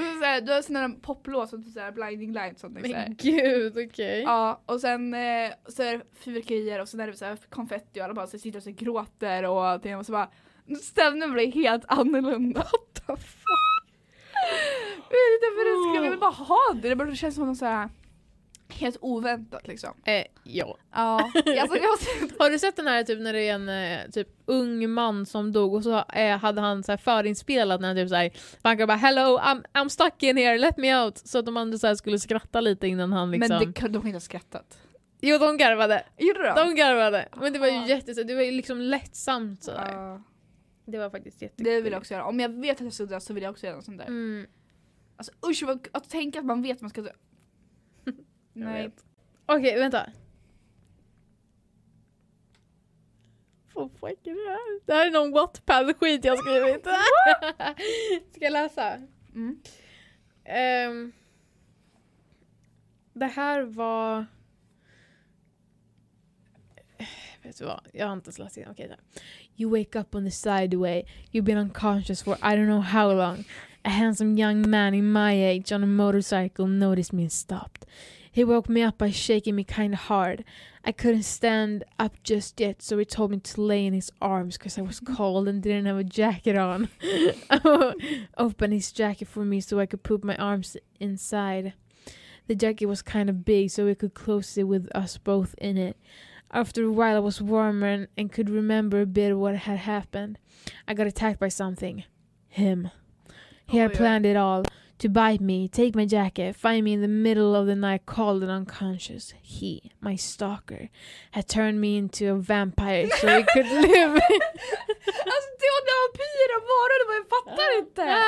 B: Och så såhär, du har sån där poplåt som typ såhär blinding lights och sånt. liksom.
A: Men gud, okej.
B: Ja, och sen eh, så är det fyrverkerier och sen är det så här konfetti och alla bara så sitter och så gråter och allting och så bara stämningen blir helt annorlunda. What the fuck? Vi är lite för skull, jag vill bara ha det, det bara känns som något så här helt oväntat liksom.
A: Eh, ja.
B: Ja, alltså, jag måste,
A: Har du sett den här typ när det är en eh, typ ung man som dog och så eh, hade han så här förinspelat när han typ såhär bankar och bara hello I'm, I'm stuck in here let me out så att de andra så här skulle skratta lite innan han liksom
B: Men det, kan- de kan inte ha skrattat.
A: Jo de garvade,
B: Gjorde de?
A: de garvade. Men det var ju
B: Ja.
A: jättesött, det var ju liksom lättsamt sådär.
B: Ja,
A: Det var faktiskt jättekul.
B: det vill jag också göra. Om jag vet att jag ska dö så vill jag också göra något sånt där.
A: Mm,
B: Alltså usch, vad, att tänka att man vet att man ska dö.
A: jag
B: Nej.
A: vet. Okej vänta. Vad fuck är det här? Det här är någon Wattpad-skit jag skrivit. Ska jag läsa?
B: Mm.
A: Ehm, det här var... Vet du vad? Jag har inte ens läst igenom. Okej, där. You wake up on the sideway. You've been unconscious for I don't know how long. A handsome young man in my age on a motorcycle noticed me and stopped. He woke me up by shaking me kind of hard. I couldn't stand up just yet, so he told me to lay in his arms because I was cold and didn't have a jacket on. Open his jacket for me so I could put my arms inside. The jacket was kind of big, so he could close it with us both in it. After a while, I was warmer and, and could remember a bit what had happened. I got attacked by something. Him. He had
B: Oj, oj.
A: planned it all to bite me, take my jacket, find me in the middle of the night cold and unconscious. He, my stalker, had turned me into a vampire so he could live.
B: Alltså det var när vampyren varade men jag fattar inte!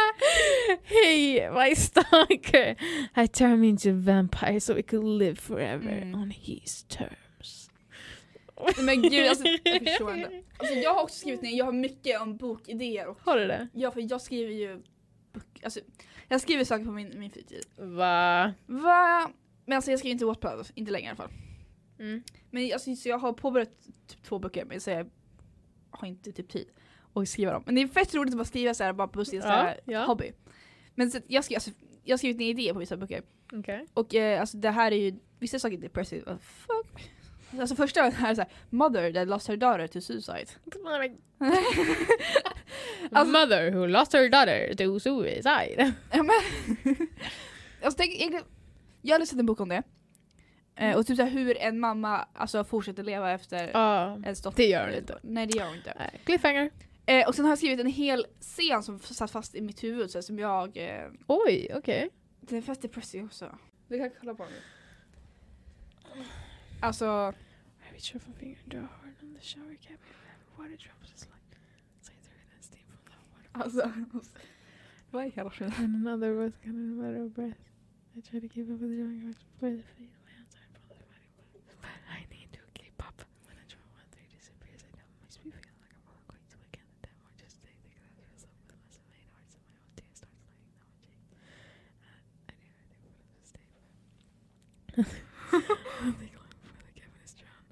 A: hey, my stalker had turned me into a vampire so he could live forever
B: Mm.
A: on his terms.
B: Nej, Men gud alltså, jag förstår inte. Alltså, jag har också skrivit ner, jag har mycket om bokidéer och
A: Har du det?
B: ja, för jag skriver ju bok, alltså, jag skriver saker på min, min fritid.
A: Va?
B: Va? Men alltså jag skriver inte Wattpad, inte längre i alla fall.
A: Mm.
B: Men alltså, så jag har påbörjat typ två böcker men så jag har inte typ tid att skriva dem. Men det är fett roligt att bara skriva så här, bara på sin så här
A: Ja, ja.
B: hobby. Men så, att jag, skri, alltså, jag har skrivit ner idéer på vissa böcker.
A: Okej.
B: Och eh, alltså det här är ju, vissa saker är depressive, oh, fuck. Alltså första var den här, så här Mother that lost her daughter to suicide.
A: A mother who lost her daughter to suicide.
B: Ja, men, alltså, tänk, egentligen- jag har läst en bok om det. Eh, och typ så här, hur en mamma alltså, fortsätter leva efter
A: Ja.
B: ens dotter.
A: Det gör hon inte.
B: Nej det gör hon inte.
A: Nej, Um, uh, Cliffhanger.
B: Eh, och sen har jag skrivit en hel scen som f- satt fast i mitt huvud så här, som jag... Eh,
A: Oj, okej.
B: den är fett depressiv också. Du kan kolla på den. Alltså...
A: I reach off a finger and draw hard on the shower cap. Water drops is like cider and steam from the water.
B: alltså vad är hela skillnaden?
A: And another was kind of a matter of breath. I try to keep up with the drawing hours before the fade. My hands are from the body. But I need to keep up. When I draw one, three disappears. I know it makes me feel like I'm all going to again. The time I just take the glass feels up with less of eight hours and my own tears start sliding down my cheek. Uh, I knew I didn't want to stay. I'm like, long before the cabin is drowned.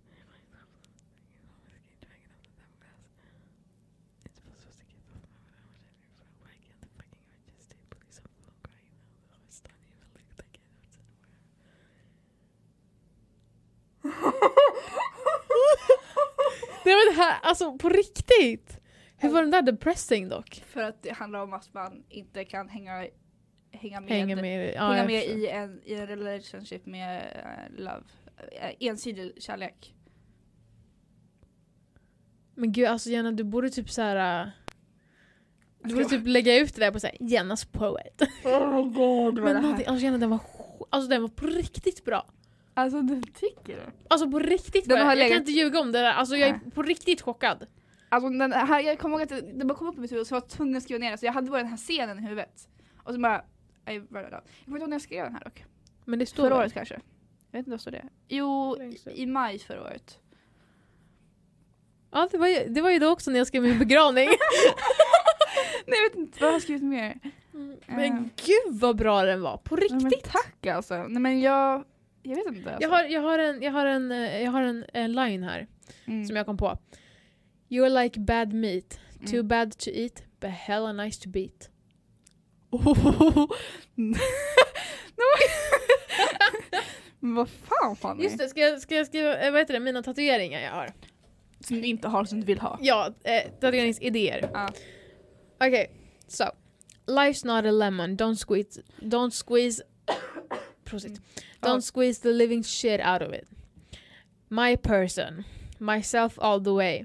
A: Nej men det här, alltså på riktigt! Hur
B: Alltså,
A: var den där depressing dock?
B: För att det handlar om att man inte kan hänga, hänga med,
A: Hänga med, ja,
B: hänga
A: jag
B: med
A: förstår.
B: i, en, i en relationship med eh, love. Eh, ensidig kärlek.
A: Men gud alltså Jenna du borde typ så här. äh, Du
B: Alltså,
A: borde typ lägga ut det där på såhär Jennas poet.
B: Oh my god
A: Men någonting, alltså Jenna den var, sj- alltså den var på riktigt bra.
B: Alltså du tycker det?
A: Alltså på riktigt
B: Den
A: bra.
B: har
A: Jag kan
B: legat-
A: inte ljuga om det där. Alltså jag är
B: Nej.
A: på riktigt chockad.
B: Alltså den här, jag kommer ihåg att det, det bara kom upp i mitt huvud så jag var tvungen att skriva ner det. Så jag hade bara den här scenen i huvudet. Och så bara, jag bara jag kommer inte ihåg när jag skrev den här dock.
A: Men det står
B: Förra
A: väl?
B: året kanske? Jag vet inte vad står det? Jo,
A: Längst upp.
B: i maj förra året.
A: Ja det var, ju, det var ju då också när jag skrev min begravning.
B: Nej jag vet inte, vad har jag skrivit mer?
A: men gud vad bra den var. På
B: Nej, Eh. men
A: riktigt.
B: tack alltså. Nej men jag, jag vet inte. Alltså.
A: Jag har, jag har en, jag har en, eh, jag har en, en line här
B: mm.
A: som jag kom på. You're like bad meat, too
B: Mm.
A: bad to eat, but hella nice to beat.
B: men vad fan Fanny?
A: Just det, ska jag, ska jag skriva eh, vad heter det, mina tatueringar jag har?
B: Som du inte har, som du vill ha.
A: Ja, eh, tatueringsidéer.
B: Ja.
A: Okej, so. Life's not a lemon, don't squeeze... Don't squeeze... Prosit. Don't
B: Mm. Ja.
A: squeeze the living shit out of it. My person. Myself all the way.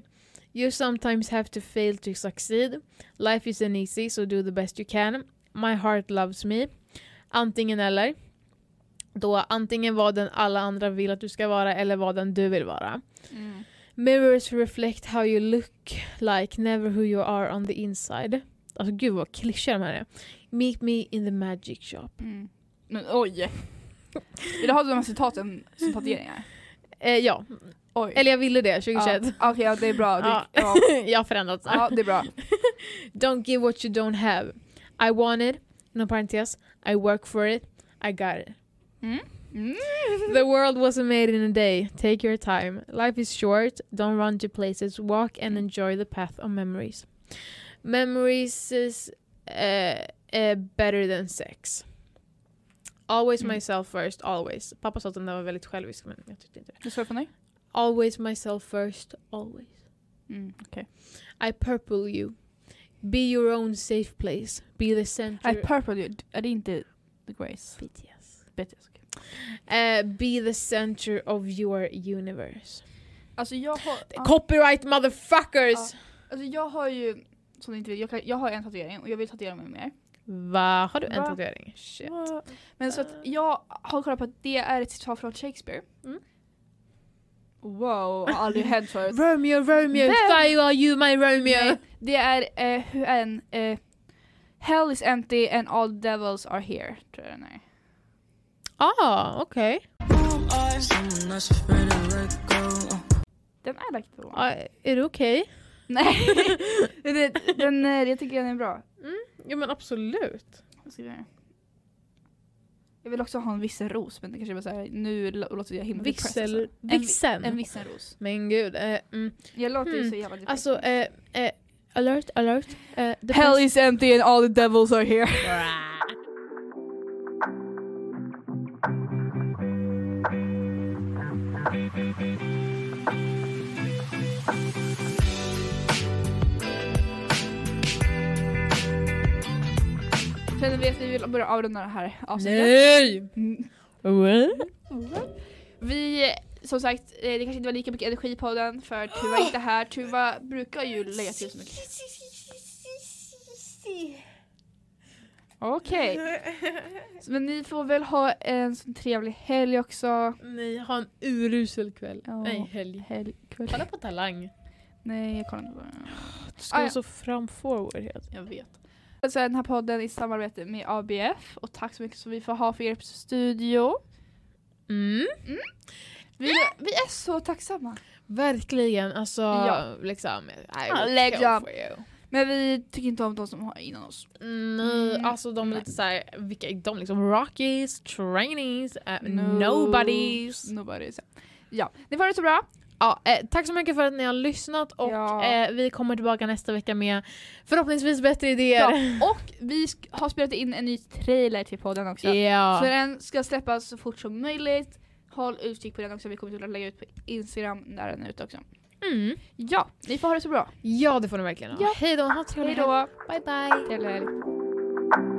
A: You sometimes have to fail to succeed. Life isn't easy, so do the best you can. My heart loves me. Antingen eller. Då antingen vad den alla andra vill att du ska vara eller vad den du vill vara.
B: Mm,
A: Mirrors reflect how you look like, never who you are on the inside. Alltså gud vad klyschiga de här är. Meet me in the magic shop.
B: Mm. Men oj! Vill du ha de här citaten som tatueringar?
A: Eh, ja,
B: Oj.
A: eller jag ville det
B: ja.
A: 2021.
B: Okej, ja, det är bra. Du,
A: Ja.
B: ja.
A: jag har förändrats.
B: ja, det är bra.
A: Don't give what you don't have. I want it, inom parentes, I work for it, I got it.
B: Mm.
A: The world wasn't made in a day. Take your time. Life is short. Don't run to places. Walk and enjoy the path of memories. Memories is uh, uh, better than sex. Always
B: Mm.
A: myself first, always. Pappa sa att den där var väldigt självisk men jag tyckte inte det.
B: Du svarar på nej?
A: Always myself first, always.
B: Mm, okej.
A: I purple you. Be your own safe place. Be the center.
B: I purple you. Är det inte The Grace?
A: BTS.
B: BTS. okej.
A: Eh, be the center of your universe.
B: Alltså jag har...
A: Copyright motherfuckers!
B: Alltså jag har ju, som ni inte vet, jag, kan, jag har en tatuering och jag vill tatuera mig mer.
A: Va? Har du en
B: Va?
A: tatuering? Shit.
B: Men så att jag har kollat på att det är ett citat från Shakespeare.
A: Mm.
B: Wow, har aldrig hänt förut.
A: Romeo, Romeo,
B: Vem?
A: why are you my Romeo?
B: Nej, det är eh, hur en... Eh, Hell is empty and all devils are here, tror jag den är.
A: Ah, okej.
B: Den är lagt på.
A: Ah, är det okej?
B: Nej, den, den, eh, jag tycker den är bra.
A: Ja men absolut.
B: Vad ska vi göra? Jag vill också ha en visselros, men det kanske bara såhär, nu lå- låter jag himla
A: Vixel,
B: depressed, alltså.
A: vixen.
B: En, vi- en visselros.
A: men gud. Eh, mm.
B: Jag låter ju
A: Hmm,
B: så jävla depressed.
A: Alltså, eh, eh, alert, alert. Eh, the
B: Hell
A: person-
B: is empty and all the devils are here. Känner vi att vi vill börja avrunda det här avsnittet?
A: Nej!
B: Mm.
A: What?
B: Vi, som sagt, eh, det kanske inte var lika mycket energi på den för Tuva är inte här. Tuva brukar ju lägga till så mycket. Okej. Så, Men ni får väl ha en sån trevlig helg också.
A: Nej, ha en urusel kväll.
B: Ja.
A: Nej, helg.
B: Helg, kväll.
A: Kolla på Talang.
B: Nej, jag kollar inte på den.
A: Du ska
B: Ah,
A: vara
B: ja.
A: så framforward.
B: Jag vet. Alltså, den här podden är i samarbete med ABF och tack så mycket som vi får ha för er studio.
A: Mm.
B: Vi, vi är så tacksamma.
A: Verkligen, alltså
B: Ja.
A: liksom. I
B: Ja,
A: will
B: leg
A: kill
B: job.
A: for you.
B: Men vi tycker inte om de som har innan oss.
A: Nej,
B: Mm.
A: alltså de är
B: Nej.
A: lite såhär, vilka är de liksom? Rockies, trainees, eh,
B: No.
A: nobodies.
B: Nobody. is- Ja, ni får ha det så bra.
A: Ja, eh, tack så mycket för att ni har lyssnat och
B: Ja.
A: eh, vi kommer tillbaka nästa vecka med förhoppningsvis bättre idéer.
B: Ja, och vi sk- har spelat in en ny trailer till podden också.
A: Ja.
B: Så den ska släppas så fort som möjligt. Håll utkik på den också. Vi kommer att lägga ut på Instagram när den är ute också.
A: Mm.
B: Ja, ni får ha det så bra.
A: ja, det får ni verkligen ha.
B: Ja.
A: Hej då, ha en trevlig
B: Hej
A: helg.
B: då.
A: Bye bye.
B: Trevlig helg.